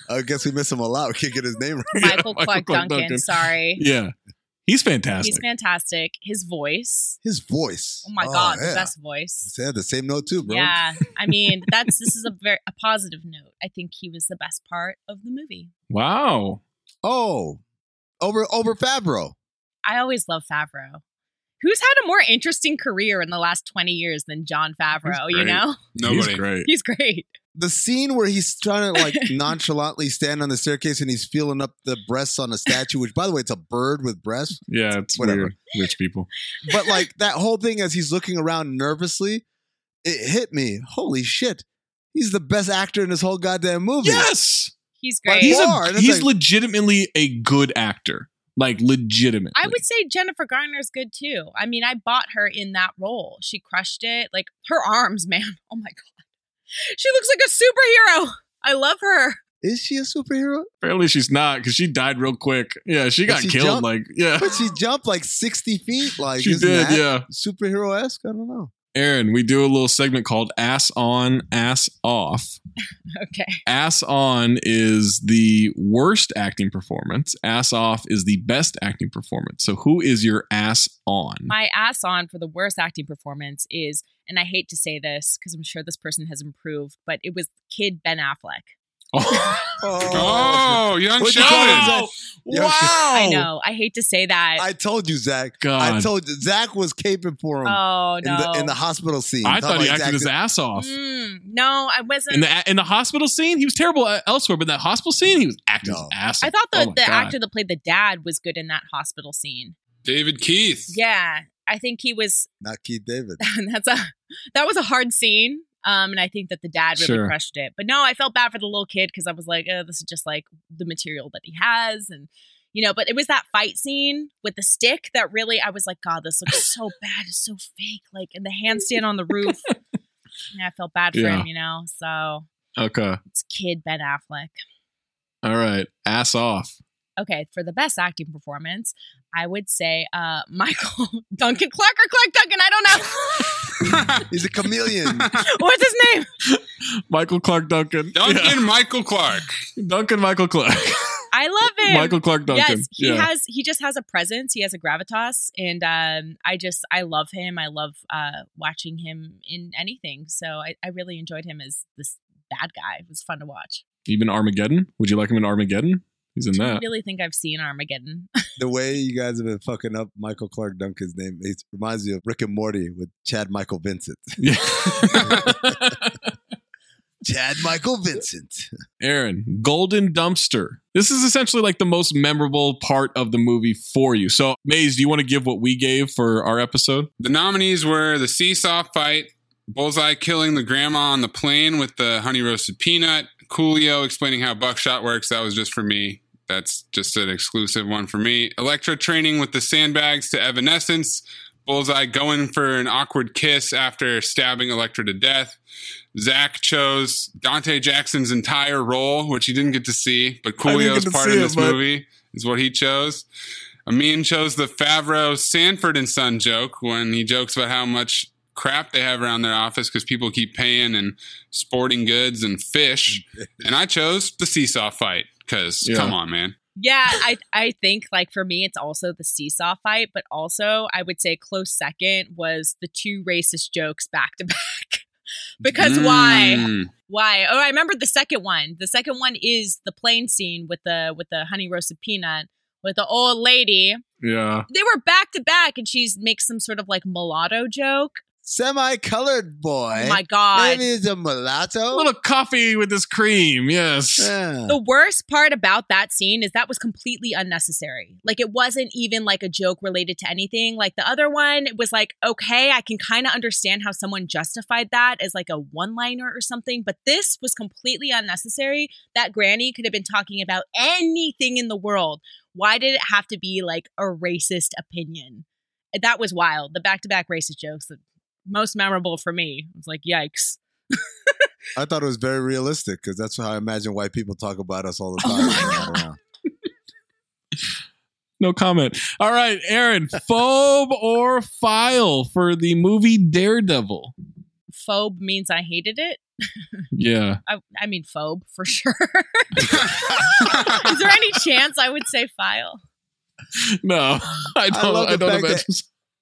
[SPEAKER 1] I guess we miss him a lot. We can't get his name right.
[SPEAKER 8] Michael
[SPEAKER 9] Michael Clark
[SPEAKER 8] Clark
[SPEAKER 9] Duncan,
[SPEAKER 8] Duncan.
[SPEAKER 9] Sorry.
[SPEAKER 8] Yeah. He's fantastic.
[SPEAKER 9] He's fantastic. His voice.
[SPEAKER 1] His voice.
[SPEAKER 9] Oh my God,
[SPEAKER 1] yeah.
[SPEAKER 9] the best voice.
[SPEAKER 1] They had the same note too, bro.
[SPEAKER 9] Yeah. I mean, that's this is a very a positive note. I think he was the best part of the movie.
[SPEAKER 8] wow.
[SPEAKER 1] Oh, over over Fabro.
[SPEAKER 9] I always love Favreau. Who's had a more interesting career in the last 20 years than John Favreau,
[SPEAKER 7] He's
[SPEAKER 9] you
[SPEAKER 7] great.
[SPEAKER 9] know?
[SPEAKER 7] Nobody.
[SPEAKER 8] He's great.
[SPEAKER 9] He's great.
[SPEAKER 1] The scene where he's trying to like nonchalantly stand on the staircase and he's feeling up the breasts on a statue, which by the way, it's a bird with breasts.
[SPEAKER 8] Yeah, it's
[SPEAKER 1] Whatever.
[SPEAKER 8] weird. Rich people.
[SPEAKER 1] But like that whole thing as he's looking around nervously, it hit me. Holy shit. He's the best actor in this whole goddamn movie.
[SPEAKER 8] Yes,
[SPEAKER 9] He's
[SPEAKER 1] But
[SPEAKER 9] great.
[SPEAKER 8] he's
[SPEAKER 1] Far,
[SPEAKER 8] a,
[SPEAKER 1] that's
[SPEAKER 8] he's
[SPEAKER 1] like-
[SPEAKER 8] legitimately a good actor. Like legitimate.
[SPEAKER 9] I would say Jennifer Garner's good too. I mean, I bought her in that role. She crushed it. Like her arms, man. Oh my god. She looks like a superhero. I love her.
[SPEAKER 1] Is she a superhero?
[SPEAKER 8] Apparently, she's not because she died real quick. Yeah, she
[SPEAKER 1] But
[SPEAKER 8] got
[SPEAKER 1] she
[SPEAKER 8] killed.
[SPEAKER 1] jumped.
[SPEAKER 8] Like, yeah,
[SPEAKER 1] But she jumped like 60 feet. Like,
[SPEAKER 8] she
[SPEAKER 1] isn't
[SPEAKER 8] did.
[SPEAKER 1] that
[SPEAKER 8] Yeah,
[SPEAKER 1] Superhero esque? I don't know.
[SPEAKER 8] Aaron, we do a little segment called "Ass On, Ass Off."
[SPEAKER 9] Okay.
[SPEAKER 8] Ass On is the worst acting performance. Ass Off is the best acting performance. So, who is your ass on?
[SPEAKER 9] My ass on for the worst acting performance is, and I hate to say this because I'm sure this person has improved, but it was kid Ben Affleck.
[SPEAKER 8] oh,
[SPEAKER 7] Oh, young
[SPEAKER 1] What'd you
[SPEAKER 7] Sheldon.
[SPEAKER 1] call him, Zach? Yeah,
[SPEAKER 8] wow!
[SPEAKER 9] I know. I hate to say that.
[SPEAKER 1] I told you, Zach.
[SPEAKER 8] God.
[SPEAKER 1] I told you, Zach was caping for him
[SPEAKER 9] oh
[SPEAKER 1] in,
[SPEAKER 9] no.
[SPEAKER 1] the, in the hospital scene.
[SPEAKER 8] I
[SPEAKER 1] Talking
[SPEAKER 8] thought he
[SPEAKER 1] about
[SPEAKER 8] acted
[SPEAKER 1] Zach
[SPEAKER 8] his
[SPEAKER 1] did-
[SPEAKER 8] ass off.
[SPEAKER 9] Mm, no, I wasn't.
[SPEAKER 8] In the in the hospital scene, he was terrible uh, elsewhere, but in that hospital scene, he was acting
[SPEAKER 1] No.
[SPEAKER 8] his ass.
[SPEAKER 9] I
[SPEAKER 8] off.
[SPEAKER 9] thought the,
[SPEAKER 8] Oh my
[SPEAKER 9] the
[SPEAKER 8] God.
[SPEAKER 9] actor that played the dad was good in that hospital scene.
[SPEAKER 7] David Keith.
[SPEAKER 9] Yeah, I think he was.
[SPEAKER 1] Not Keith David.
[SPEAKER 9] that's a that was a hard scene. Um, and I think that the dad really
[SPEAKER 8] Sure.
[SPEAKER 9] crushed it. But no, I felt bad for the little kid because I was like, oh, this is just like the material that he has, and you know. But it was that fight scene with the stick that really I was like, God, this looks so bad. It's so fake. Like, and the handstand on the roof. yeah, I felt bad for
[SPEAKER 8] Yeah.
[SPEAKER 9] him, you know. So
[SPEAKER 8] Okay,
[SPEAKER 9] it's kid Ben Affleck.
[SPEAKER 8] all right, ass off.
[SPEAKER 9] okay, for the best acting performance, I would say uh, Michael Duncan Clark or Clark Duncan. I don't
[SPEAKER 1] He's a chameleon.
[SPEAKER 9] know. What's his name?
[SPEAKER 8] Michael Clark Duncan.
[SPEAKER 7] Duncan
[SPEAKER 8] Yeah.
[SPEAKER 7] Michael Clark.
[SPEAKER 8] Duncan Michael Clark.
[SPEAKER 9] I love him.
[SPEAKER 8] Michael Clark Duncan.
[SPEAKER 9] Yes, he
[SPEAKER 8] yeah.
[SPEAKER 9] has. He just has a presence. He has a gravitas, and um, I just I love him. I love uh, watching him in anything. So I, I really enjoyed him as this bad guy. It was fun to watch.
[SPEAKER 8] Even Armageddon. Would you like him in Armageddon? He's in
[SPEAKER 9] I
[SPEAKER 8] that.
[SPEAKER 9] really think I've seen Armageddon.
[SPEAKER 1] the way you guys have been fucking up Michael Clark Duncan's name, it reminds me of Rick and Morty with Chad Michael Vincent.
[SPEAKER 8] Yeah.
[SPEAKER 1] Chad Michael Vincent.
[SPEAKER 8] Aaron, Golden Dumpster. This is essentially like the most memorable part of the movie for you. So, Maze, do you want to give what we gave for our episode?
[SPEAKER 7] The nominees were the seesaw fight, Bullseye killing the grandma on the plane with the honey roasted peanut, Coolio explaining how buckshot works. That was just for me. That's just an exclusive one for me. Electra training with the sandbags to evanescence, Bullseye going for an awkward kiss after stabbing Electra to death. Zach chose Dante Jackson's entire role, which he didn't get to see, but
[SPEAKER 1] I didn't get
[SPEAKER 7] Coolio's
[SPEAKER 1] to
[SPEAKER 7] part
[SPEAKER 1] see
[SPEAKER 7] in
[SPEAKER 1] it,
[SPEAKER 7] this
[SPEAKER 1] but-
[SPEAKER 7] movie is what he chose. Amin chose the Favreau Sanford and Son joke when he jokes about how much crap they have around their office because people keep paying and sporting goods and fish. and I chose the seesaw fight because
[SPEAKER 8] Yeah.
[SPEAKER 7] come on, man.
[SPEAKER 9] Yeah, I I think like for me it's also the seesaw fight, but also I would say close second was the two racist jokes back to back. because why?
[SPEAKER 7] Mm.
[SPEAKER 9] Why? Oh, I remember the second one. The second one is the plane scene with the with the honey roasted peanut with the old lady.
[SPEAKER 8] Yeah.
[SPEAKER 9] They were back to back and she's makes some sort of like mulatto joke.
[SPEAKER 1] Semi colored boy.
[SPEAKER 9] Oh my god.
[SPEAKER 1] Maybe he's a
[SPEAKER 8] A
[SPEAKER 1] mulatto.
[SPEAKER 8] little coffee with this cream. Yes.
[SPEAKER 1] Yeah.
[SPEAKER 9] The worst part about that scene is that was completely unnecessary. Like it wasn't even like a joke related to anything. Like the other one, it was like, okay, I can kind of understand how someone justified that as like a one-liner or something, but this was completely unnecessary. That granny could have been talking about anything in the world. Why did it have to be like a racist opinion? That was wild. The back-to-back racist jokes, the most memorable for me. It was like, yikes.
[SPEAKER 1] I thought it was very realistic because that's how I imagine white people talk about us all the
[SPEAKER 8] Oh
[SPEAKER 1] time. when we're not around.
[SPEAKER 8] No comment. All right, Aaron, phobe or file for the movie Daredevil?
[SPEAKER 9] Phobe means I hated it.
[SPEAKER 8] Yeah.
[SPEAKER 9] I, I mean, phobe for sure. Is there any chance I would say file?
[SPEAKER 8] No, I don't.
[SPEAKER 1] love
[SPEAKER 8] I,
[SPEAKER 1] the
[SPEAKER 8] don't
[SPEAKER 1] fact
[SPEAKER 8] imagine.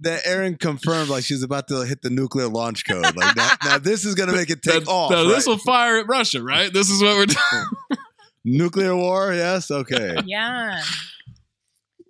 [SPEAKER 1] That Erin confirmed like she's about to hit the nuclear launch code. Like that, now this is gonna make it take
[SPEAKER 8] That-
[SPEAKER 1] off.
[SPEAKER 8] no,
[SPEAKER 1] right?
[SPEAKER 8] This will fire at Russia, right? This is what we're doing.
[SPEAKER 1] nuclear war. Yes. Okay.
[SPEAKER 9] Yeah.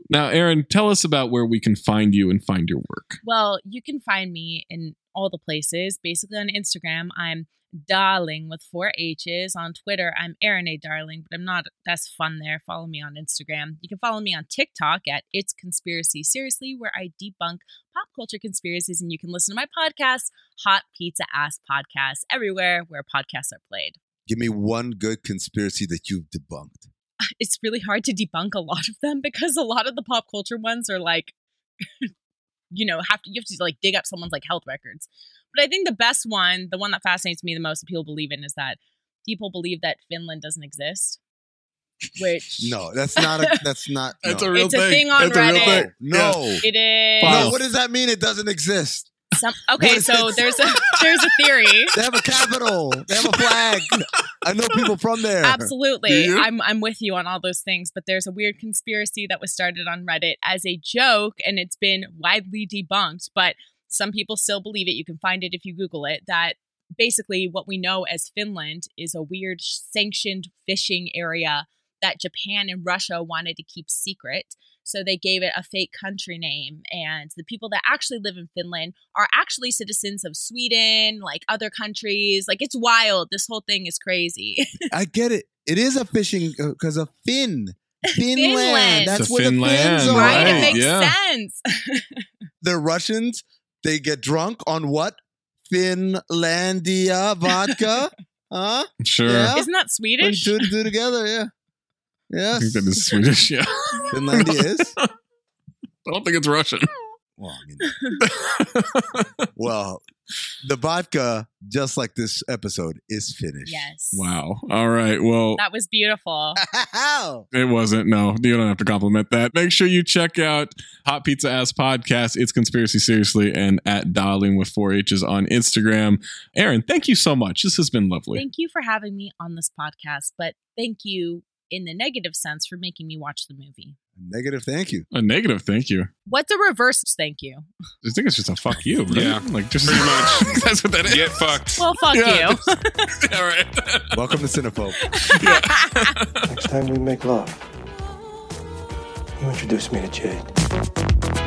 [SPEAKER 8] Now, Aaron, tell us about where we can find you and find your work.
[SPEAKER 9] Well, you can find me in all the places. Basically on Instagram, I'm darling with four H's. On Twitter, I'm Erin A. Darling, but I'm not that's fun there. Follow me on Instagram. You can follow me on TikTok at It's Conspiracy Seriously, where I debunk pop culture conspiracies, and you can listen to my podcast, Hot Pizza Ass Podcast, everywhere where podcasts are played.
[SPEAKER 1] Give me one good conspiracy that you've debunked.
[SPEAKER 9] It's really hard to debunk a lot of them because a lot of the pop culture ones are like you know have to you have to like dig up someone's like health records but i think the best one the one that fascinates me the most that people believe in is that people believe that finland doesn't exist which
[SPEAKER 1] No, that's not. A, that's not.
[SPEAKER 8] That's
[SPEAKER 1] no.
[SPEAKER 8] a real
[SPEAKER 9] It's a
[SPEAKER 8] thing.
[SPEAKER 9] thing on
[SPEAKER 8] That's a real
[SPEAKER 9] Reddit.
[SPEAKER 8] thing.
[SPEAKER 1] Oh, no.
[SPEAKER 9] it is
[SPEAKER 1] No, what does that mean? It doesn't exist.
[SPEAKER 9] some, okay
[SPEAKER 1] is
[SPEAKER 9] so
[SPEAKER 1] it?
[SPEAKER 9] there's a there's a theory
[SPEAKER 1] They have a capital. they have a flag. I know people from there.
[SPEAKER 9] Absolutely.
[SPEAKER 8] Do you?
[SPEAKER 9] I'm I'm with you on all those things, but there's a weird conspiracy that was started on Reddit as a joke and it's been widely debunked, but some people still believe it. You can find it if you google it that basically what we know as Finland is a weird sanctioned fishing area that Japan and Russia wanted to keep secret. So they gave it a fake country name. And the people that actually live in Finland are actually citizens of Sweden, like other countries. Like it's wild. This whole thing is crazy.
[SPEAKER 1] I get it. It is a fishing because of Finn. Finland.
[SPEAKER 9] Finland.
[SPEAKER 1] That's
[SPEAKER 8] It's a
[SPEAKER 1] where the
[SPEAKER 8] Finland,
[SPEAKER 1] Finns are.
[SPEAKER 9] right? It
[SPEAKER 8] Right,
[SPEAKER 9] makes
[SPEAKER 8] yeah.
[SPEAKER 9] sense.
[SPEAKER 1] The Russians, they get drunk on what? Finlandia vodka. huh?
[SPEAKER 8] Sure.
[SPEAKER 1] Yeah.
[SPEAKER 9] Isn't that
[SPEAKER 1] Put
[SPEAKER 9] Swedish?
[SPEAKER 1] two and two together, yeah.
[SPEAKER 8] I think
[SPEAKER 1] Yes.
[SPEAKER 8] that is Swedish. Yeah.
[SPEAKER 1] Finlandia is?
[SPEAKER 8] I don't think it's Russian.
[SPEAKER 1] Well, I mean, well, the vodka, just like this episode, is Finnish.
[SPEAKER 9] Yes.
[SPEAKER 8] wow. All right. Well,
[SPEAKER 9] That was beautiful.
[SPEAKER 1] How?
[SPEAKER 8] It wasn't. No, you don't have to compliment that. Make sure you check out Hot Pizza Ass Podcast. It's Conspiracy Seriously and at Darling with four H's on Instagram. Aaron, thank you so much. This has been lovely.
[SPEAKER 9] Thank you for having me on this podcast, but thank you in the negative sense for making me watch the movie.
[SPEAKER 1] Negative, thank you.
[SPEAKER 8] a negative thank you.
[SPEAKER 9] What's a reverse thank you?
[SPEAKER 8] I think it's just a fuck you. Right?
[SPEAKER 7] Yeah.
[SPEAKER 8] like just
[SPEAKER 7] Pretty much.
[SPEAKER 8] that's what that is.
[SPEAKER 7] Get fucked.
[SPEAKER 9] Well, fuck
[SPEAKER 8] Yeah.
[SPEAKER 9] you.
[SPEAKER 8] All right.
[SPEAKER 1] Welcome to Cinephobe.
[SPEAKER 3] Next time we make love, you introduce me to Jade.